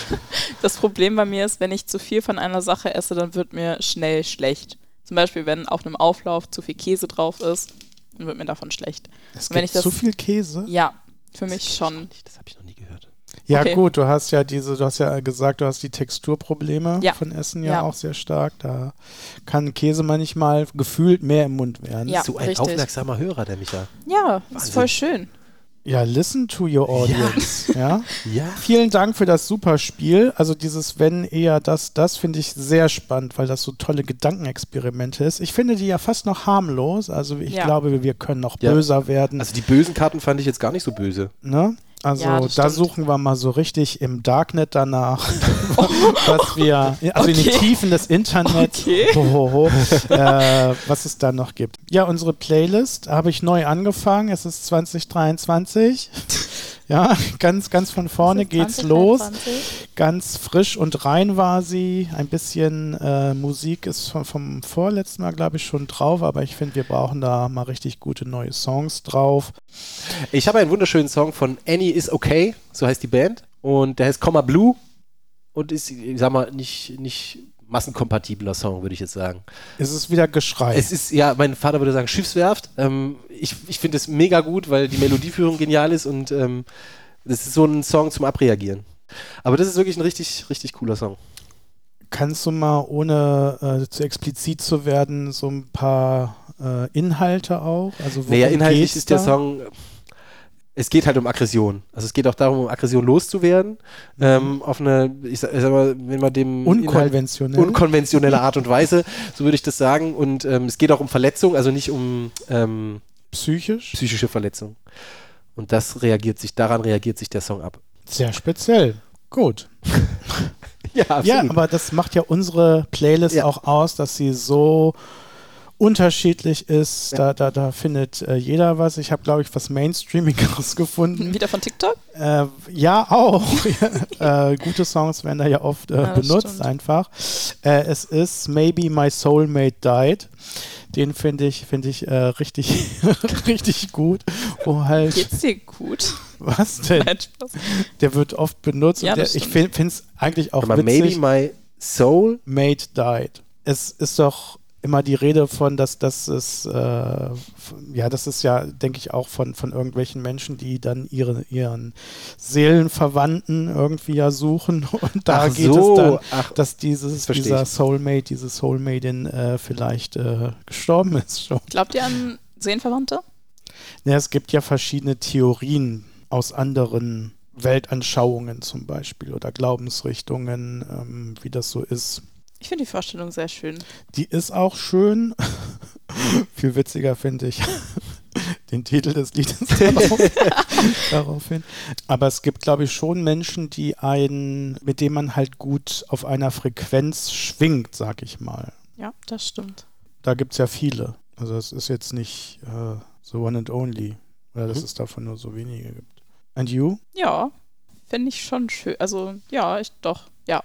Speaker 3: das Problem bei mir ist, wenn ich zu viel von einer Sache esse, dann wird mir schnell schlecht. Zum Beispiel, wenn auf einem Auflauf zu viel Käse drauf ist, dann wird mir davon schlecht.
Speaker 2: Es
Speaker 3: wenn
Speaker 2: gibt
Speaker 3: ich das-
Speaker 2: zu viel Käse?
Speaker 3: Ja, für mich schon.
Speaker 1: Das habe ich noch nie gehört.
Speaker 2: Ja
Speaker 3: Okay.
Speaker 2: gut, du hast ja diese, du hast ja gesagt, du hast die Texturprobleme
Speaker 3: Ja.
Speaker 2: von Essen ja,
Speaker 3: Ja.
Speaker 2: auch sehr stark. Da kann Käse manchmal gefühlt mehr im Mund werden.
Speaker 3: Ja,
Speaker 1: so ein
Speaker 3: richtig.
Speaker 1: aufmerksamer Hörer, der Micha.
Speaker 3: Ja, ist
Speaker 1: Wahnsinn.
Speaker 3: voll schön.
Speaker 2: Ja, listen to your audience. Ja.
Speaker 1: Ja.
Speaker 2: Vielen Dank für das super Spiel. Also dieses Wenn eher das, das finde ich sehr spannend, weil das so tolle Gedankenexperimente ist. Ich finde die ja fast noch harmlos. Also ich
Speaker 3: Ja.
Speaker 2: glaube, wir können noch
Speaker 1: Ja.
Speaker 2: böser werden.
Speaker 1: Also die bösen Karten fand ich jetzt gar nicht so böse.
Speaker 2: ne? Also
Speaker 3: Ja, das
Speaker 2: da
Speaker 3: stimmt.
Speaker 2: suchen wir mal so richtig im Darknet danach, was wir, also in den
Speaker 3: Okay.
Speaker 2: Tiefen des Internets,
Speaker 3: Okay.
Speaker 2: ho, ho, ho, äh, was es da noch gibt. Ja, unsere Playlist habe ich neu angefangen. Es ist 2023. Ja, ganz, ganz von vorne geht's los.
Speaker 3: 2023.
Speaker 2: Ganz frisch und rein war sie. Ein bisschen äh, Musik ist vom, vom vorletzten Mal, glaube ich, schon drauf, aber ich finde, wir brauchen da mal richtig gute neue Songs drauf.
Speaker 1: Ich habe einen wunderschönen Song von Annie is Okay, so heißt die Band. Und der heißt Comma Blue und ist, ich sag mal, nicht, nicht massenkompatibler Song, würde ich jetzt sagen.
Speaker 2: Es ist wieder Geschrei.
Speaker 1: Es ist, ja, mein Vater würde sagen, Schiffswerft. Ähm, ich ich finde es mega gut, weil die Melodieführung genial ist und ähm, das ist so ein Song zum Abreagieren. Aber das ist wirklich ein richtig, richtig cooler Song.
Speaker 2: Kannst du mal, ohne äh, zu explizit zu werden, so ein paar äh, Inhalte auch? Also worum
Speaker 1: Naja, inhaltlich
Speaker 2: geht's
Speaker 1: ist der
Speaker 2: da?
Speaker 1: Song, es geht halt um Aggression. Also es geht auch darum, um Aggression loszuwerden.
Speaker 2: Mhm.
Speaker 1: Ähm, auf eine, ich sag, ich sag mal, wenn man dem Inhalt-
Speaker 2: unkonventionell.
Speaker 1: unkonventionelle Art und Weise, so würde ich das sagen. Und ähm, es geht auch um Verletzung, also nicht um ähm,
Speaker 2: psychisch.
Speaker 1: psychische Verletzung. Und das reagiert sich, daran reagiert sich der Song ab.
Speaker 2: Sehr speziell. Gut.
Speaker 1: Ja,
Speaker 2: Ja, aber das macht ja unsere Playlist
Speaker 1: Ja.
Speaker 2: auch aus, dass sie so unterschiedlich ist. Da, da, da findet äh, jeder was. Ich habe, glaube ich, was Mainstreamigeres gefunden.
Speaker 3: Wieder von TikTok?
Speaker 2: Äh, ja, auch. äh, gute Songs werden da ja oft äh,
Speaker 3: Ja, das
Speaker 2: benutzt,
Speaker 3: stimmt.
Speaker 2: einfach. Äh, es ist Maybe My Soulmate Died. Den finde ich, finde ich äh, richtig, richtig gut. Wo halt,
Speaker 3: Geht's dir gut?
Speaker 2: was denn?
Speaker 3: Nein, Spaß.
Speaker 2: Der wird oft benutzt.
Speaker 3: Ja,
Speaker 2: und der,
Speaker 3: das
Speaker 2: ich
Speaker 3: stimmt.
Speaker 2: finde es eigentlich auch
Speaker 1: aber maybe
Speaker 2: witzig.
Speaker 1: my soul.
Speaker 2: Mate died. Es ist doch immer die Rede von, dass das ist, äh, f- ja, das ist ja, denke ich, auch von, von irgendwelchen Menschen, die dann ihre, ihren Seelenverwandten irgendwie ja suchen. Und da
Speaker 1: Ach
Speaker 2: geht
Speaker 1: so,
Speaker 2: es dann,
Speaker 1: ach,
Speaker 2: dass dieses,
Speaker 1: versteh
Speaker 2: dieser
Speaker 1: ich.
Speaker 2: Soulmate, diese Soulmaidin äh, vielleicht äh, gestorben ist schon.
Speaker 3: Glaubt ihr an Seelenverwandte?
Speaker 2: Ja, es gibt ja verschiedene Theorien aus anderen Weltanschauungen zum Beispiel oder Glaubensrichtungen, ähm, wie das so ist.
Speaker 3: Ich finde die Vorstellung sehr schön.
Speaker 2: Die ist auch schön. Viel witziger finde ich den Titel des Liedes darauf, daraufhin. Aber es gibt, glaube ich, schon Menschen, die einen, mit dem man halt gut auf einer Frequenz schwingt, sag ich mal.
Speaker 3: Ja, das stimmt.
Speaker 2: Da gibt es ja viele. Also es ist jetzt nicht äh, the one and only. Oder dass
Speaker 1: Mhm.
Speaker 2: es davon nur so wenige gibt. And you?
Speaker 3: Ja, finde ich schon schön. Also, ja, ich doch. Ja,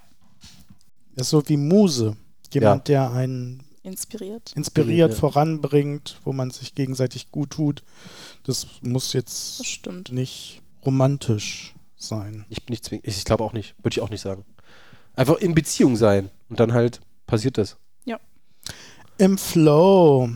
Speaker 2: Das ist so wie Muse. Jemand, der einen
Speaker 3: inspiriert.
Speaker 2: inspiriert,
Speaker 1: Ja.
Speaker 2: voranbringt, wo man sich gegenseitig gut tut. Das muss
Speaker 3: Das
Speaker 2: jetzt
Speaker 3: stimmt.
Speaker 2: nicht romantisch sein.
Speaker 1: Ich bin nicht zwingend. Ich glaube auch nicht. Würde ich auch nicht sagen. Einfach in Beziehung sein. Und dann halt passiert das.
Speaker 2: Im Flow.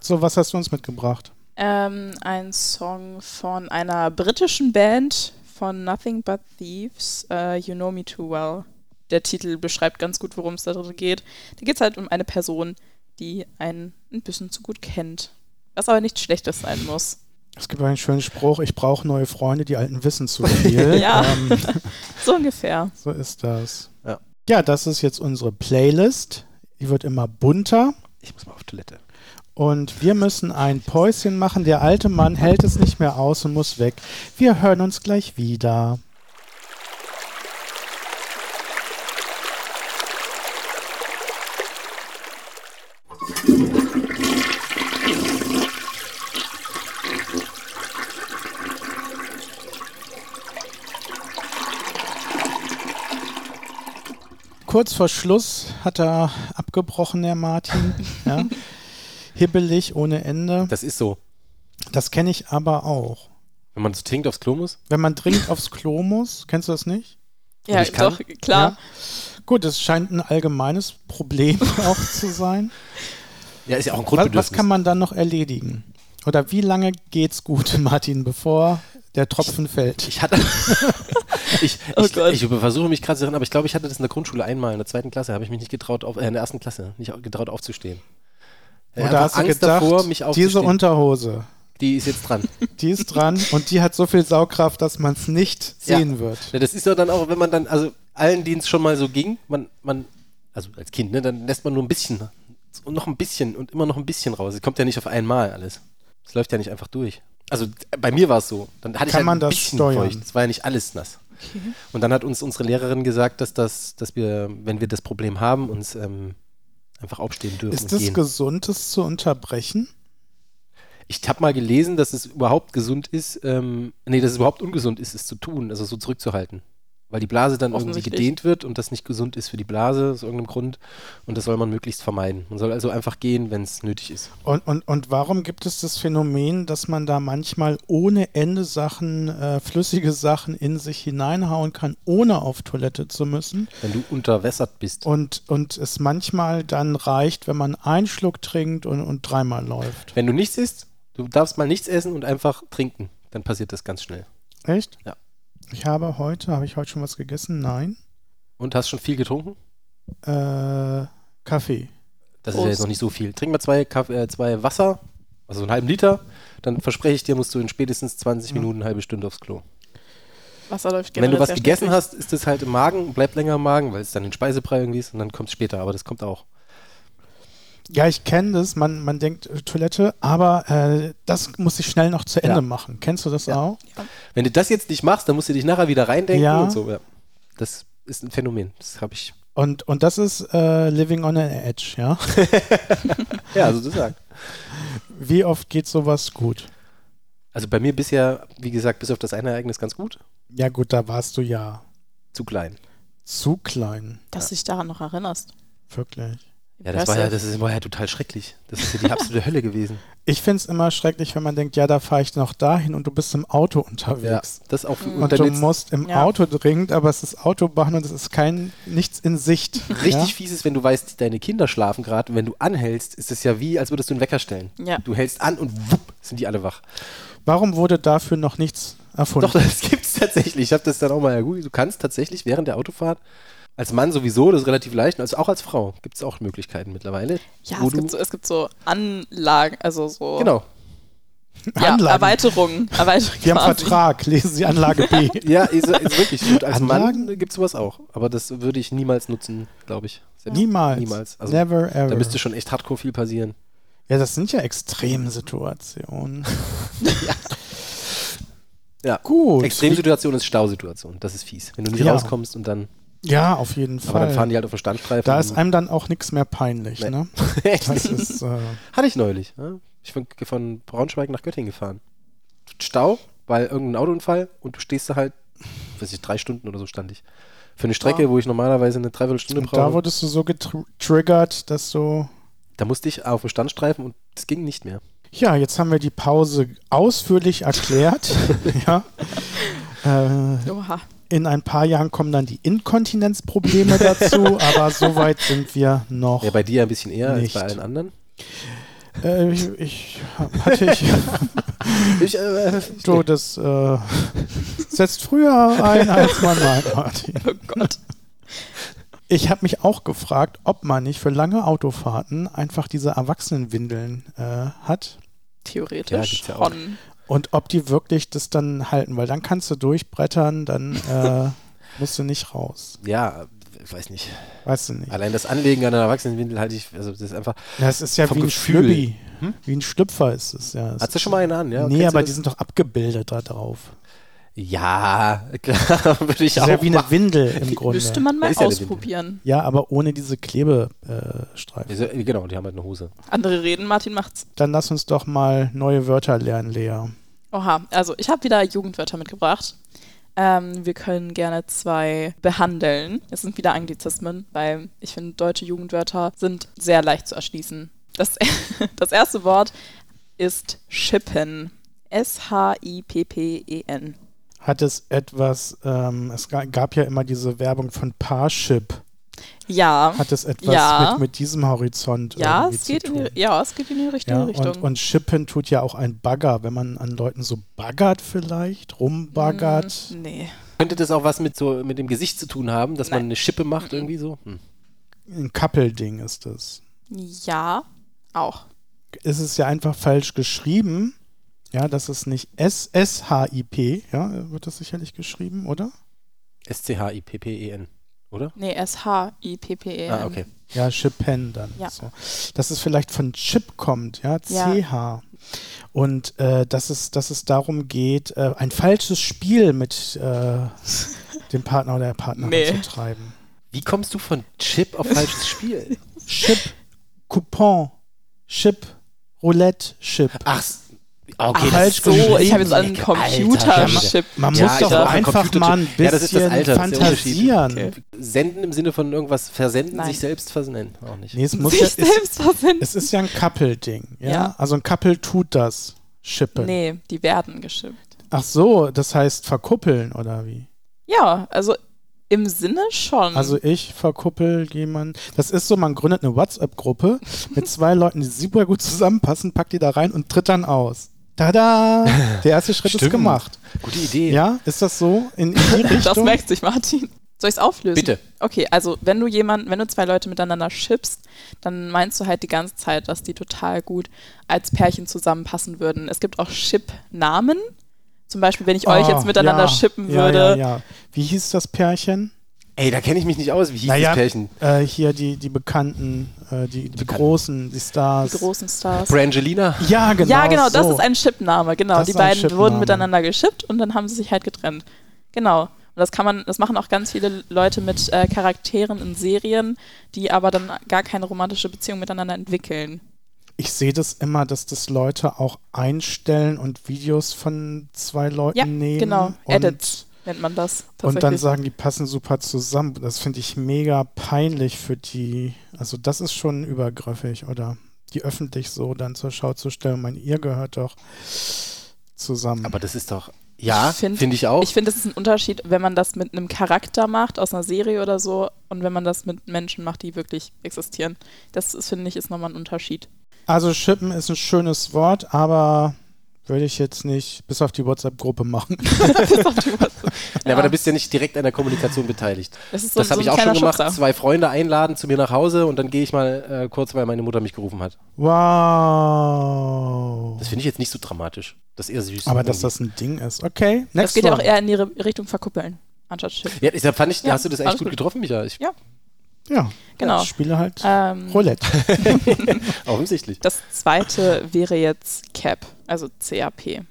Speaker 2: So, was hast du uns mitgebracht?
Speaker 3: Ähm, ein Song von einer britischen Band von Nothing But Thieves, äh, You Know Me Too Well. Der Titel beschreibt ganz gut, worum es da drin geht. Da geht es halt um eine Person, die einen ein bisschen zu gut kennt. Was aber nichts Schlechtes sein muss.
Speaker 2: Es gibt einen schönen Spruch, ich brauche neue Freunde, die alten wissen zu viel.
Speaker 3: Ja.
Speaker 2: ähm,
Speaker 3: So ungefähr.
Speaker 2: so ist das.
Speaker 1: Ja.
Speaker 2: ja, das ist jetzt unsere Playlist. Die wird immer bunter.
Speaker 1: Ich muss mal auf Toilette.
Speaker 2: Und wir müssen ein Päuschen machen. Der alte Mann hält es nicht mehr aus und muss weg. Wir hören uns gleich wieder. Kurz vor Schluss hat er abgebrochen, der Martin. Ja. Hibbelig ohne Ende.
Speaker 1: Das ist so.
Speaker 2: Das kenne ich aber auch.
Speaker 1: Wenn man so trinkt aufs Klo muss.
Speaker 2: Wenn man dringend aufs Klo muss, kennst du das nicht?
Speaker 3: Ja,
Speaker 1: ich kann?
Speaker 3: doch, klar.
Speaker 2: Gut, es scheint ein allgemeines Problem auch zu sein.
Speaker 1: Ja, ist ja auch ein
Speaker 2: Was, was
Speaker 1: Grundbedürfnis.
Speaker 2: kann man dann noch erledigen? Oder wie lange geht's gut, Martin, bevor der Tropfen fällt?
Speaker 1: Ich hatte. ich
Speaker 3: Oh
Speaker 1: ich,
Speaker 3: Gott.
Speaker 1: ich versuche mich gerade zu erinnern, aber ich glaube, ich hatte das in der Grundschule einmal. In der zweiten Klasse habe ich mich nicht getraut, auf, äh, in der ersten Klasse, nicht getraut aufzustehen. Äh, einfach
Speaker 2: Oder hast du gedacht,
Speaker 1: davor, mich
Speaker 2: diese
Speaker 1: aufzustehen.
Speaker 2: Unterhose,
Speaker 1: Die ist jetzt dran.
Speaker 2: Die ist dran und die hat so viel Saugkraft, dass man es nicht
Speaker 1: Ja.
Speaker 2: sehen wird.
Speaker 1: Ja, das ist ja dann auch, wenn man dann, also allen, denen es schon mal so ging, man, man, also als Kind, ne, dann lässt man nur ein bisschen und noch ein bisschen und immer noch ein bisschen raus. Es kommt ja nicht auf einmal alles. Es läuft ja nicht einfach durch. Also d- bei mir war es so. Dann hatte ich
Speaker 2: Kann
Speaker 1: halt
Speaker 2: man
Speaker 1: ein
Speaker 2: das
Speaker 1: bisschen
Speaker 2: steuern?
Speaker 1: feucht. Es war ja nicht alles nass. Und dann hat uns unsere Lehrerin gesagt, dass das, dass wir, wenn wir das Problem haben, uns ähm, einfach aufstehen dürfen
Speaker 2: Ist
Speaker 1: und
Speaker 2: es
Speaker 1: gehen.
Speaker 2: gesund, es zu unterbrechen?
Speaker 1: Ich habe mal gelesen, dass es überhaupt gesund ist, ähm, nee, dass es überhaupt ungesund ist, es zu tun, also so zurückzuhalten. Weil die Blase dann irgendwie
Speaker 3: Offensichtlich.
Speaker 1: gedehnt wird und das nicht gesund ist für die Blase aus irgendeinem Grund. Und das soll man möglichst vermeiden. Man soll also einfach gehen, wenn es nötig ist.
Speaker 2: Und, und, und warum gibt es das Phänomen, dass man da manchmal ohne Ende Sachen, äh, flüssige Sachen in sich hineinhauen kann, ohne auf Toilette zu müssen?
Speaker 1: Wenn du unterwässert bist.
Speaker 2: Und, und es manchmal dann reicht, wenn man einen Schluck trinkt und, und dreimal läuft.
Speaker 1: Wenn du nichts isst, du darfst mal nichts essen und einfach trinken. Dann passiert das ganz schnell.
Speaker 2: Echt?
Speaker 1: Ja.
Speaker 2: Ich habe heute, habe ich heute schon was gegessen? Nein.
Speaker 1: Und hast schon viel getrunken?
Speaker 2: Äh, Kaffee.
Speaker 1: Das ist
Speaker 3: Prost.
Speaker 1: ja jetzt noch nicht so viel. Trink mal zwei, Kaff äh, zwei Wasser, also einen halben Liter. Dann verspreche ich dir, musst du in spätestens 20 Minuten, eine halbe Stunde aufs Klo.
Speaker 3: Wasser läuft
Speaker 1: Wenn du
Speaker 3: generell
Speaker 1: was
Speaker 3: sehr
Speaker 1: gegessen
Speaker 3: schnell
Speaker 1: hast, ist es halt im Magen, bleibt länger im Magen, weil es dann den Speisebrei irgendwie ist und dann kommt es später, aber das kommt auch.
Speaker 2: Ja, ich kenne das. Man, man denkt äh, Toilette, aber äh, das muss ich schnell noch zu Ende
Speaker 1: Ja.
Speaker 2: machen. Kennst du das auch?
Speaker 1: Wenn du das jetzt nicht machst, dann musst du dich nachher wieder reindenken
Speaker 2: Ja.
Speaker 1: und so. Ja. Das ist ein Phänomen. Das habe ich.
Speaker 2: Und, und das ist äh, Living on an Edge, ja?
Speaker 1: Ja, also sozusagen.
Speaker 2: Wie oft geht sowas gut?
Speaker 1: Also bei mir bisher, wie gesagt, bis auf das eine Ereignis ganz gut.
Speaker 2: Ja, gut, da warst du ja
Speaker 1: Zu klein.
Speaker 2: zu klein,
Speaker 3: ist. Dass du dich daran noch erinnerst.
Speaker 2: wirklich.
Speaker 1: Ja, das war ja, das ist, war ja total schrecklich. Das ist ja die absolute Hölle gewesen.
Speaker 2: Ich finde es immer schrecklich, wenn man denkt, ja, da fahre ich noch dahin und du bist im Auto
Speaker 1: Ja,
Speaker 2: unterwegs.
Speaker 1: das auch für
Speaker 2: Und,
Speaker 1: und dann
Speaker 2: du
Speaker 1: jetzt
Speaker 2: musst im
Speaker 3: Ja.
Speaker 2: Auto dringend, aber es ist Autobahn und es ist kein nichts in Sicht.
Speaker 1: richtig fies ist, wenn du weißt, deine Kinder schlafen gerade und wenn du anhältst, ist es ja wie, als würdest du einen Wecker stellen.
Speaker 3: Ja.
Speaker 1: Du hältst an und wupp, sind die alle wach.
Speaker 2: ja? Warum wurde dafür noch nichts erfunden?
Speaker 1: Doch, das gibt es tatsächlich. Ich habe das dann auch mal gegoogelt. Du kannst tatsächlich während der Autofahrt, als Mann sowieso, das ist relativ leicht, also auch als Frau gibt es auch Möglichkeiten mittlerweile.
Speaker 3: Ja,
Speaker 1: wo
Speaker 3: es
Speaker 1: du,
Speaker 3: gibt, so, es gibt so Anlagen, also so
Speaker 1: Genau.
Speaker 3: ja, halt
Speaker 2: Anlagen.
Speaker 3: Erweiterungen. Erweiterungen
Speaker 2: Die haben
Speaker 3: quasi.
Speaker 2: Vertrag, lesen Sie Anlage B.
Speaker 1: Ja, ist, ist wirklich. Und als
Speaker 2: Anlagen?
Speaker 1: Mann gibt es sowas auch. Aber das würde ich niemals nutzen, glaube ich. Selbst
Speaker 2: Niemals.
Speaker 1: Niemals. Also,
Speaker 2: Never ever.
Speaker 1: da müsste schon echt hardcore viel passieren.
Speaker 2: ja, das sind ja Extremsituationen.
Speaker 1: Ja.
Speaker 2: Gut.
Speaker 1: Extremsituation ist Stausituation. Das ist fies. Wenn du nicht
Speaker 2: Ja.
Speaker 1: rauskommst und dann.
Speaker 2: Ja, auf jeden Fall.
Speaker 1: Aber dann fahren die halt auf den Standstreifen.
Speaker 2: da ist
Speaker 1: und-
Speaker 2: einem dann auch nichts mehr peinlich,
Speaker 1: Nee.
Speaker 2: ne?
Speaker 1: Echt?
Speaker 2: Das ist, äh,
Speaker 1: Hatte ich neulich. Ja? Ich bin von Braunschweig nach Göttingen gefahren. Stau, weil irgendein Autounfall und du stehst da halt, weiß ich, drei Stunden oder so stand ich. Für eine Strecke, wo ich normalerweise eine Dreiviertelstunde
Speaker 2: und da
Speaker 1: brauche. Da,
Speaker 2: wurdest du so getriggert, dass du.
Speaker 1: musste ich auf den Standstreifen und das ging nicht mehr.
Speaker 2: Ja, jetzt haben wir die Pause ausführlich erklärt. ja. Äh,
Speaker 3: Oha.
Speaker 2: in ein paar Jahren kommen dann die Inkontinenzprobleme dazu, aber so weit sind wir noch.
Speaker 1: Ja, bei dir ein bisschen eher
Speaker 2: Nicht.
Speaker 1: als bei allen anderen.
Speaker 2: Äh, ich, ich hatte ich.
Speaker 1: Ich, äh, ich
Speaker 2: Du, das äh, setzt früher ein, als man meint, Martin.
Speaker 3: Oh Gott.
Speaker 2: Ich habe mich auch gefragt, ob man nicht für lange Autofahrten einfach diese Erwachsenenwindeln äh, hat
Speaker 1: Ja,
Speaker 3: Theoretisch
Speaker 1: gibt's ja auch.
Speaker 3: schon.
Speaker 2: und ob die wirklich das dann halten, weil dann kannst du durchbrettern, dann äh, musst du nicht raus.
Speaker 1: ja, ich weiß nicht.
Speaker 2: Weißt du nicht.
Speaker 1: Allein das Anlegen an einer Erwachsenenwindel halte ich, also das ist einfach.
Speaker 2: Das ist ja
Speaker 1: Vom
Speaker 2: wie ein
Speaker 1: Gefühl. Hm?
Speaker 2: Schlüppi. Wie ein Schlüpfer ist es ja.
Speaker 1: Hast du schon mal einen an? Ja,
Speaker 2: nee,
Speaker 1: Kennst du
Speaker 2: aber
Speaker 1: das?
Speaker 2: die sind doch abgebildet da drauf.
Speaker 1: Ja, klar, würde ich
Speaker 2: Das
Speaker 1: auch.
Speaker 2: ist ja wie eine
Speaker 1: machen.
Speaker 2: Windel im Grunde.
Speaker 3: Müsste man mal
Speaker 1: Ist ja eine Windel.
Speaker 3: ausprobieren.
Speaker 2: Ja, aber ohne diese äh, Klebestreifen.
Speaker 1: Also, Genau, die haben halt eine Hose.
Speaker 3: Andere reden, Martin macht's.
Speaker 2: Dann lass uns doch mal neue Wörter lernen, Lea.
Speaker 3: Oha, also ich habe wieder Jugendwörter mitgebracht. Ähm, wir können gerne zwei behandeln. Es sind wieder Anglizismen, weil ich finde, deutsche Jugendwörter sind sehr leicht zu erschließen. Das, das erste Wort ist shippen. S-H-I-P-P-E-N.
Speaker 2: Hat es etwas, ähm, es ga- gab ja immer diese Werbung von Parship.
Speaker 3: Ja,
Speaker 2: Hat es etwas
Speaker 3: Ja.
Speaker 2: mit, mit diesem Horizont
Speaker 3: ja
Speaker 2: irgendwie
Speaker 3: es, geht
Speaker 2: zu
Speaker 3: in
Speaker 2: tun?
Speaker 3: die, ja, es geht in die richtige
Speaker 2: ja,
Speaker 3: Richtung.
Speaker 2: und, und Shippen tut ja auch ein Bagger, wenn man an Leuten so baggert vielleicht, rumbaggert.
Speaker 3: Mm, nee.
Speaker 1: Könnte das auch was mit so mit dem Gesicht zu tun haben, dass man eine Schippe macht irgendwie so? Hm.
Speaker 3: Mhm.
Speaker 2: Ein Kappelding ist es.
Speaker 3: Ja, auch.
Speaker 2: Es ist ja einfach falsch geschrieben, Ja, das ist nicht S-S-H-I-P, ja, wird das sicherlich geschrieben, oder?
Speaker 1: S-C-H-I-P-P-E-N, E oder?
Speaker 3: Nee, S-H-I-P-P-E-N.
Speaker 1: Ah, okay.
Speaker 2: Ja, Chipen dann.
Speaker 3: Ja.
Speaker 2: So. Dass es vielleicht von Chip kommt, ja,
Speaker 3: Ja.
Speaker 2: CH. Und äh, dass, es, dass es darum geht, äh, ein falsches Spiel mit äh, dem Partner oder der Partnerin zu
Speaker 3: Nee.
Speaker 2: treiben.
Speaker 1: Wie kommst du von Chip auf falsches Spiel?
Speaker 2: Chip, Coupon, Chip, Roulette, Chip.
Speaker 1: Ach, s- ah, okay,
Speaker 2: Ach,
Speaker 1: das ist
Speaker 2: so,
Speaker 1: schon-
Speaker 2: ich hab
Speaker 3: jetzt an
Speaker 1: Alter,
Speaker 3: Computerchip-
Speaker 1: Schwede.
Speaker 2: Man
Speaker 1: Ja,
Speaker 2: muss
Speaker 1: ich
Speaker 2: doch
Speaker 1: dachte,
Speaker 2: einfach
Speaker 1: Computerchip.
Speaker 2: mal ein bisschen
Speaker 1: Ja, das ist das Alter, das ist der Unterschied.
Speaker 2: fantasieren.
Speaker 3: Okay.
Speaker 1: Senden im Sinne von irgendwas versenden,
Speaker 3: Nein.
Speaker 1: sich selbst versenden. Auch nicht.
Speaker 2: Nee, es muss
Speaker 3: Sich
Speaker 2: ja, es,
Speaker 3: selbst verwenden.
Speaker 2: es ist ja ein Couple-Ding. Ja?
Speaker 3: Ja.
Speaker 2: Also ein Couple tut das, Schippen.
Speaker 3: Nee, die werden geschippt.
Speaker 2: Ach so, das heißt verkuppeln oder wie?
Speaker 3: Ja, also im Sinne schon.
Speaker 2: Also ich verkuppel jemanden. Das ist so, man gründet eine WhatsApp-Gruppe mit zwei Leuten, die super gut zusammenpassen, packt die da rein und tritt dann aus. Tada! Der erste Schritt ist
Speaker 1: Stimmt.
Speaker 2: gemacht.
Speaker 1: Gute Idee.
Speaker 2: Ja, ist das so? In, in die
Speaker 3: das
Speaker 2: Richtung?
Speaker 3: merkt sich Martin. Soll ich es auflösen?
Speaker 1: Bitte.
Speaker 3: Okay, also wenn du jemand, wenn du zwei Leute miteinander schippst, dann meinst du halt die ganze Zeit, dass die total gut als Pärchen zusammenpassen würden. Es gibt auch Ship-Namen. Zum Beispiel, wenn ich euch
Speaker 2: Ah,
Speaker 3: jetzt miteinander
Speaker 2: ja,
Speaker 3: shippen
Speaker 2: ja,
Speaker 3: würde.
Speaker 2: Ja, ja. Wie hieß das Pärchen?
Speaker 1: Ey, da kenne ich mich nicht aus. Wie hieß das Pärchen?
Speaker 2: äh, hier die, die Bekannten, äh, die, die,
Speaker 1: Bekannten.
Speaker 2: Großen, die
Speaker 3: Die
Speaker 2: Stars.
Speaker 3: großen Stars.
Speaker 1: Brangelina?
Speaker 2: ja, genau.
Speaker 3: ja, genau, das
Speaker 2: so.
Speaker 3: ist ein Ship-Name. Genau,
Speaker 2: Das
Speaker 3: die
Speaker 2: ist ein
Speaker 3: beiden
Speaker 2: Ship-Name.
Speaker 3: wurden miteinander geschippt und dann haben sie sich halt getrennt. Genau. Und das kann man, das machen auch ganz viele Leute mit äh, Charakteren in Serien, die aber dann gar keine romantische Beziehung miteinander entwickeln.
Speaker 2: Ich sehe das immer, dass das Leute auch einstellen und Videos von zwei Leuten
Speaker 3: Ja,
Speaker 2: nehmen.
Speaker 3: genau.
Speaker 2: Und
Speaker 3: Edits nennt man das.
Speaker 2: Und dann
Speaker 3: tatsächlich.
Speaker 2: sagen, die passen super zusammen. Das finde ich mega peinlich für die. Also das ist schon übergriffig, oder? Die öffentlich so dann zur Schau zu stellen. Ich Meine, ihr gehört doch zusammen.
Speaker 1: Aber das ist doch. Ja,
Speaker 3: Ich
Speaker 1: finde
Speaker 3: find-
Speaker 1: find ich
Speaker 2: Oh.
Speaker 1: auch.
Speaker 3: Ich finde, das ist ein Unterschied, wenn man das mit einem Charakter macht, aus einer Serie oder so, und wenn man das mit Menschen macht, die wirklich existieren. Das ist, finde ich, ist nochmal ein Unterschied.
Speaker 2: also Schippen ist ein schönes Wort, aber würde ich jetzt nicht bis auf die WhatsApp-Gruppe machen.
Speaker 1: Na,
Speaker 3: Ja.
Speaker 1: aber da bist du ja nicht direkt an der Kommunikation beteiligt.
Speaker 3: Das ist so,
Speaker 1: Das
Speaker 3: so
Speaker 1: habe
Speaker 3: ein
Speaker 1: ich auch
Speaker 3: kleiner
Speaker 1: schon gemacht.
Speaker 3: Schubser.
Speaker 1: Zwei Freunde einladen zu mir nach Hause und dann gehe ich mal äh, kurz, weil meine Mutter mich gerufen hat.
Speaker 2: Wow.
Speaker 1: Das finde ich jetzt nicht so dramatisch. Das ist eher süß.
Speaker 2: Aber dass
Speaker 1: irgendwie.
Speaker 2: das ein Ding ist. Okay, next
Speaker 3: Das geht ja
Speaker 2: one.
Speaker 3: auch eher in die Re- Richtung verkuppeln, anstatt Schiff.
Speaker 1: Ja, deshalb fand ich,
Speaker 3: Ja,
Speaker 1: hast du das echt
Speaker 3: alles
Speaker 1: gut
Speaker 3: gut.
Speaker 1: getroffen, Micha. Ich,
Speaker 3: Ja.
Speaker 2: Ja,
Speaker 1: Oh.
Speaker 3: Genau.
Speaker 2: Ich spiele halt
Speaker 3: Ähm,
Speaker 2: Roulette.
Speaker 1: Offensichtlich.
Speaker 3: das zweite wäre jetzt CAP, also CAP.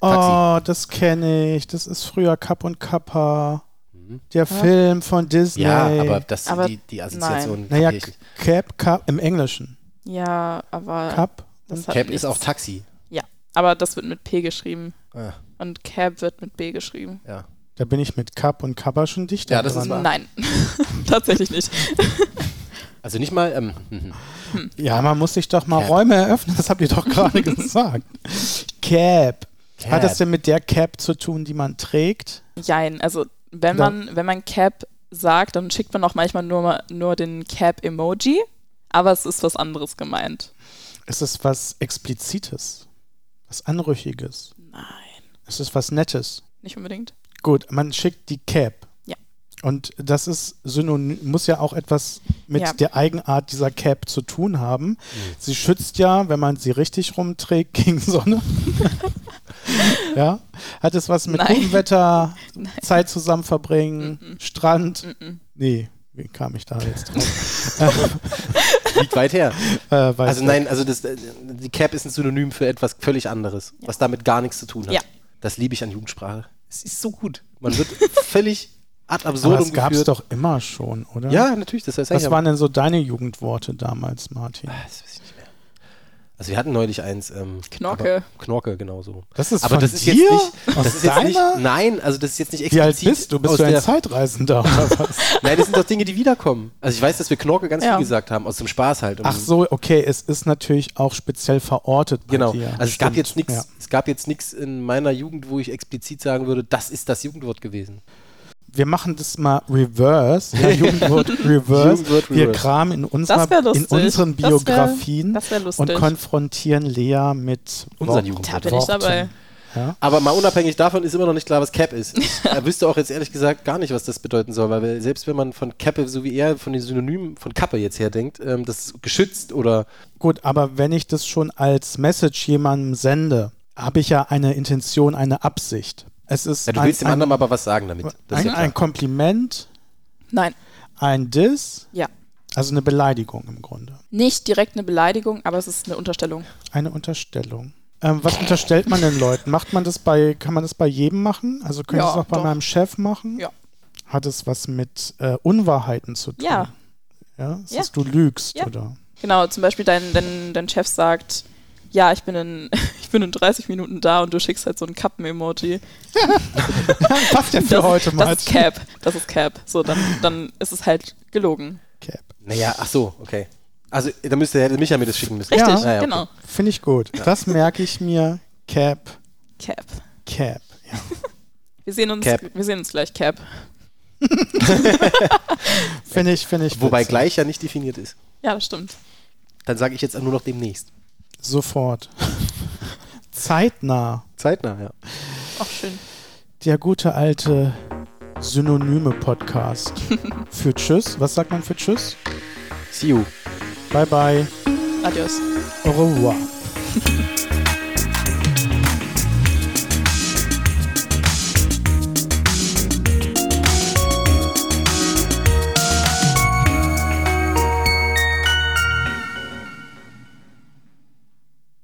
Speaker 2: Oh, das kenne ich. Das ist früher Cup und Kappa.
Speaker 1: Mhm.
Speaker 2: Der Film von Disney.
Speaker 1: Ja, aber das
Speaker 3: Aber
Speaker 1: die, die Assoziation.
Speaker 2: Naja,
Speaker 1: verstehe ich
Speaker 2: Cap, Cup im Englischen.
Speaker 3: Ja, aber
Speaker 2: Cup.
Speaker 3: das
Speaker 2: Und
Speaker 3: hat
Speaker 1: nicht. Cap
Speaker 3: nichts.
Speaker 1: ist auch Taxi.
Speaker 3: Aber das wird mit P geschrieben
Speaker 1: Ah,
Speaker 3: und CAP wird mit B geschrieben.
Speaker 1: ja.
Speaker 2: da bin ich mit Cup und Kappa schon dichter
Speaker 1: Ja, das ist
Speaker 2: dran.
Speaker 1: wahr.
Speaker 3: Nein, tatsächlich nicht.
Speaker 1: Also nicht mal. Ähm, mhm.
Speaker 2: Ja, man muss sich doch mal
Speaker 1: Cap.
Speaker 2: Räume eröffnen. Das habt ihr doch gerade gesagt. Cap. Hat das denn mit der Cap zu tun, die man trägt?
Speaker 3: Jein, also wenn
Speaker 2: Da-
Speaker 3: man, wenn man Cap sagt, dann schickt man auch manchmal nur, mal- nur den Cap-Emoji, aber es ist was anderes gemeint.
Speaker 2: Ist es was Explizites? Was Anrüchiges?
Speaker 3: Nein,
Speaker 2: Ist es was Nettes?
Speaker 3: nicht unbedingt.
Speaker 2: Gut, man schickt die Cap.
Speaker 3: Ja.
Speaker 2: Und das ist synonym, muss ja auch etwas mit
Speaker 3: Ja.
Speaker 2: der Eigenart dieser Cap zu tun haben.
Speaker 1: Mhm.
Speaker 2: Sie schützt ja, wenn man sie richtig rumträgt, gegen Sonne. ja. Hat es was mit
Speaker 3: Nein.
Speaker 2: gutem Wetter, Zeit zusammen verbringen, Strand?
Speaker 3: Mhm.
Speaker 2: Nee, wie kam ich da jetzt drauf?
Speaker 1: Liegt weit her.
Speaker 2: äh, weiß
Speaker 1: Also
Speaker 2: ich.
Speaker 1: nein, also das, äh, die Cap ist ein Synonym für etwas völlig anderes, was damit gar nichts zu tun hat.
Speaker 3: Ja.
Speaker 1: Das liebe ich an Jugendsprache. Es ist so gut. Man wird völlig ad
Speaker 2: Aber
Speaker 1: absurdum
Speaker 2: das gab es
Speaker 1: geführt.
Speaker 2: doch ne? immer schon, oder?
Speaker 1: Ja, natürlich, das heißt
Speaker 2: Was
Speaker 1: ja-
Speaker 2: waren denn so deine Jugendworte damals, Martin?
Speaker 1: Das weiß ich nicht mehr. Also wir hatten neulich eins. Ähm,
Speaker 3: Knorke.
Speaker 1: aber- Knorke, genau so.
Speaker 2: Das ist
Speaker 1: aber
Speaker 2: von
Speaker 1: das ist
Speaker 2: dir?
Speaker 1: jetzt nicht.
Speaker 2: Aus
Speaker 1: Das ist jetzt nicht.
Speaker 2: deiner?
Speaker 1: Nein, also das ist jetzt nicht
Speaker 2: Wie alt
Speaker 1: explizit.
Speaker 2: bist du? Bist
Speaker 1: aus
Speaker 2: du ein
Speaker 1: der,
Speaker 2: Zeitreisender oder was?
Speaker 1: Nein, das sind doch Dinge, die wiederkommen. Also ich weiß, dass wir Knorke ganz
Speaker 3: Ja.
Speaker 1: viel gesagt haben, aus dem Spaß halt. um-
Speaker 2: Ach so, okay, es ist natürlich auch speziell verortet bei
Speaker 1: Genau.
Speaker 2: dir.
Speaker 1: Also es gab
Speaker 2: Stimmt,
Speaker 1: jetzt nichts,
Speaker 2: ja.
Speaker 1: es gab jetzt nichts in meiner Jugend, wo ich explizit sagen würde, das ist das Jugendwort gewesen.
Speaker 2: wir machen das mal reverse, ja, Jugendwort reverse.
Speaker 1: Jugendwort
Speaker 2: Wir
Speaker 1: reverse.
Speaker 2: kramen in, unserer,
Speaker 3: Das wär
Speaker 2: in
Speaker 3: lustig.
Speaker 2: unseren
Speaker 3: Das wär-
Speaker 2: Biografien
Speaker 3: Das wäre lustig.
Speaker 2: und konfrontieren Lea mit
Speaker 1: Unseren
Speaker 2: Wort-
Speaker 1: Jugendwort.
Speaker 3: da bin ich
Speaker 2: Worten.
Speaker 3: dabei.
Speaker 1: Aber mal unabhängig davon ist immer noch nicht klar, was Cap ist. Ich äh, wüsste auch jetzt ehrlich gesagt gar nicht, was das bedeuten soll, weil wir- selbst wenn man von Cappe, so wie er von den Synonymen von Kappe jetzt her denkt, ähm, das ist geschützt oder
Speaker 2: Gut, aber wenn ich das schon als Message jemandem sende, habe ich ja eine Intention, eine Absicht. Es ist
Speaker 1: Ja, du
Speaker 2: ein,
Speaker 1: willst dem
Speaker 2: ein,
Speaker 1: anderen aber was sagen damit. Das ist
Speaker 2: ein,
Speaker 1: ja klar.
Speaker 2: ein Kompliment,
Speaker 3: Nein,
Speaker 2: ein Diss,
Speaker 3: ja.
Speaker 2: also eine Beleidigung im Grunde.
Speaker 3: Nicht direkt eine Beleidigung, aber es ist eine Unterstellung.
Speaker 2: Eine Unterstellung. Ähm, was unterstellt man den Leuten? Macht man das bei, kann man das bei jedem machen? Also könnte ich
Speaker 3: Ja,
Speaker 2: es auch bei
Speaker 3: doch.
Speaker 2: meinem Chef machen?
Speaker 3: Ja.
Speaker 2: Hat es was mit äh, Unwahrheiten zu tun?
Speaker 3: Ja.
Speaker 2: ja? Ist
Speaker 3: Ja.
Speaker 2: es, du lügst,
Speaker 3: Ja.
Speaker 2: oder?
Speaker 3: Genau, zum Beispiel dein, dein, dein Chef sagt, ja, ich bin, in, ich bin in 30 Minuten da und du schickst halt so ein Kappen-Emoji.
Speaker 2: Passt ja für
Speaker 3: Das,
Speaker 2: heute mal.
Speaker 3: das ist Cap. Das ist Cap. So, dann, dann ist es halt gelogen.
Speaker 2: Cap.
Speaker 1: Naja, ach so, okay. Also, da müsste hätte Micha mir das schicken müssen.
Speaker 3: Richtig,
Speaker 2: Ja.
Speaker 1: Naja, Ah, okay.
Speaker 3: genau.
Speaker 2: Finde ich gut. Das merke ich mir. Cap,
Speaker 3: Cap.
Speaker 2: Cap. Ja.
Speaker 3: Wir sehen uns,
Speaker 1: Cap.
Speaker 3: Wir sehen uns gleich, Cap.
Speaker 2: Finde ich, finde ich.
Speaker 1: Äh, Wobei
Speaker 2: witzig.
Speaker 1: gleich ja nicht definiert ist.
Speaker 3: Ja, das stimmt.
Speaker 1: Dann sage ich jetzt nur noch demnächst.
Speaker 2: Sofort. Zeitnah.
Speaker 1: Zeitnah, ja.
Speaker 3: Auch schön.
Speaker 2: Der gute alte Synonyme-Podcast. für Tschüss. Was sagt man für Tschüss?
Speaker 1: See you.
Speaker 2: Bye bye.
Speaker 3: Adios.
Speaker 2: Au revoir.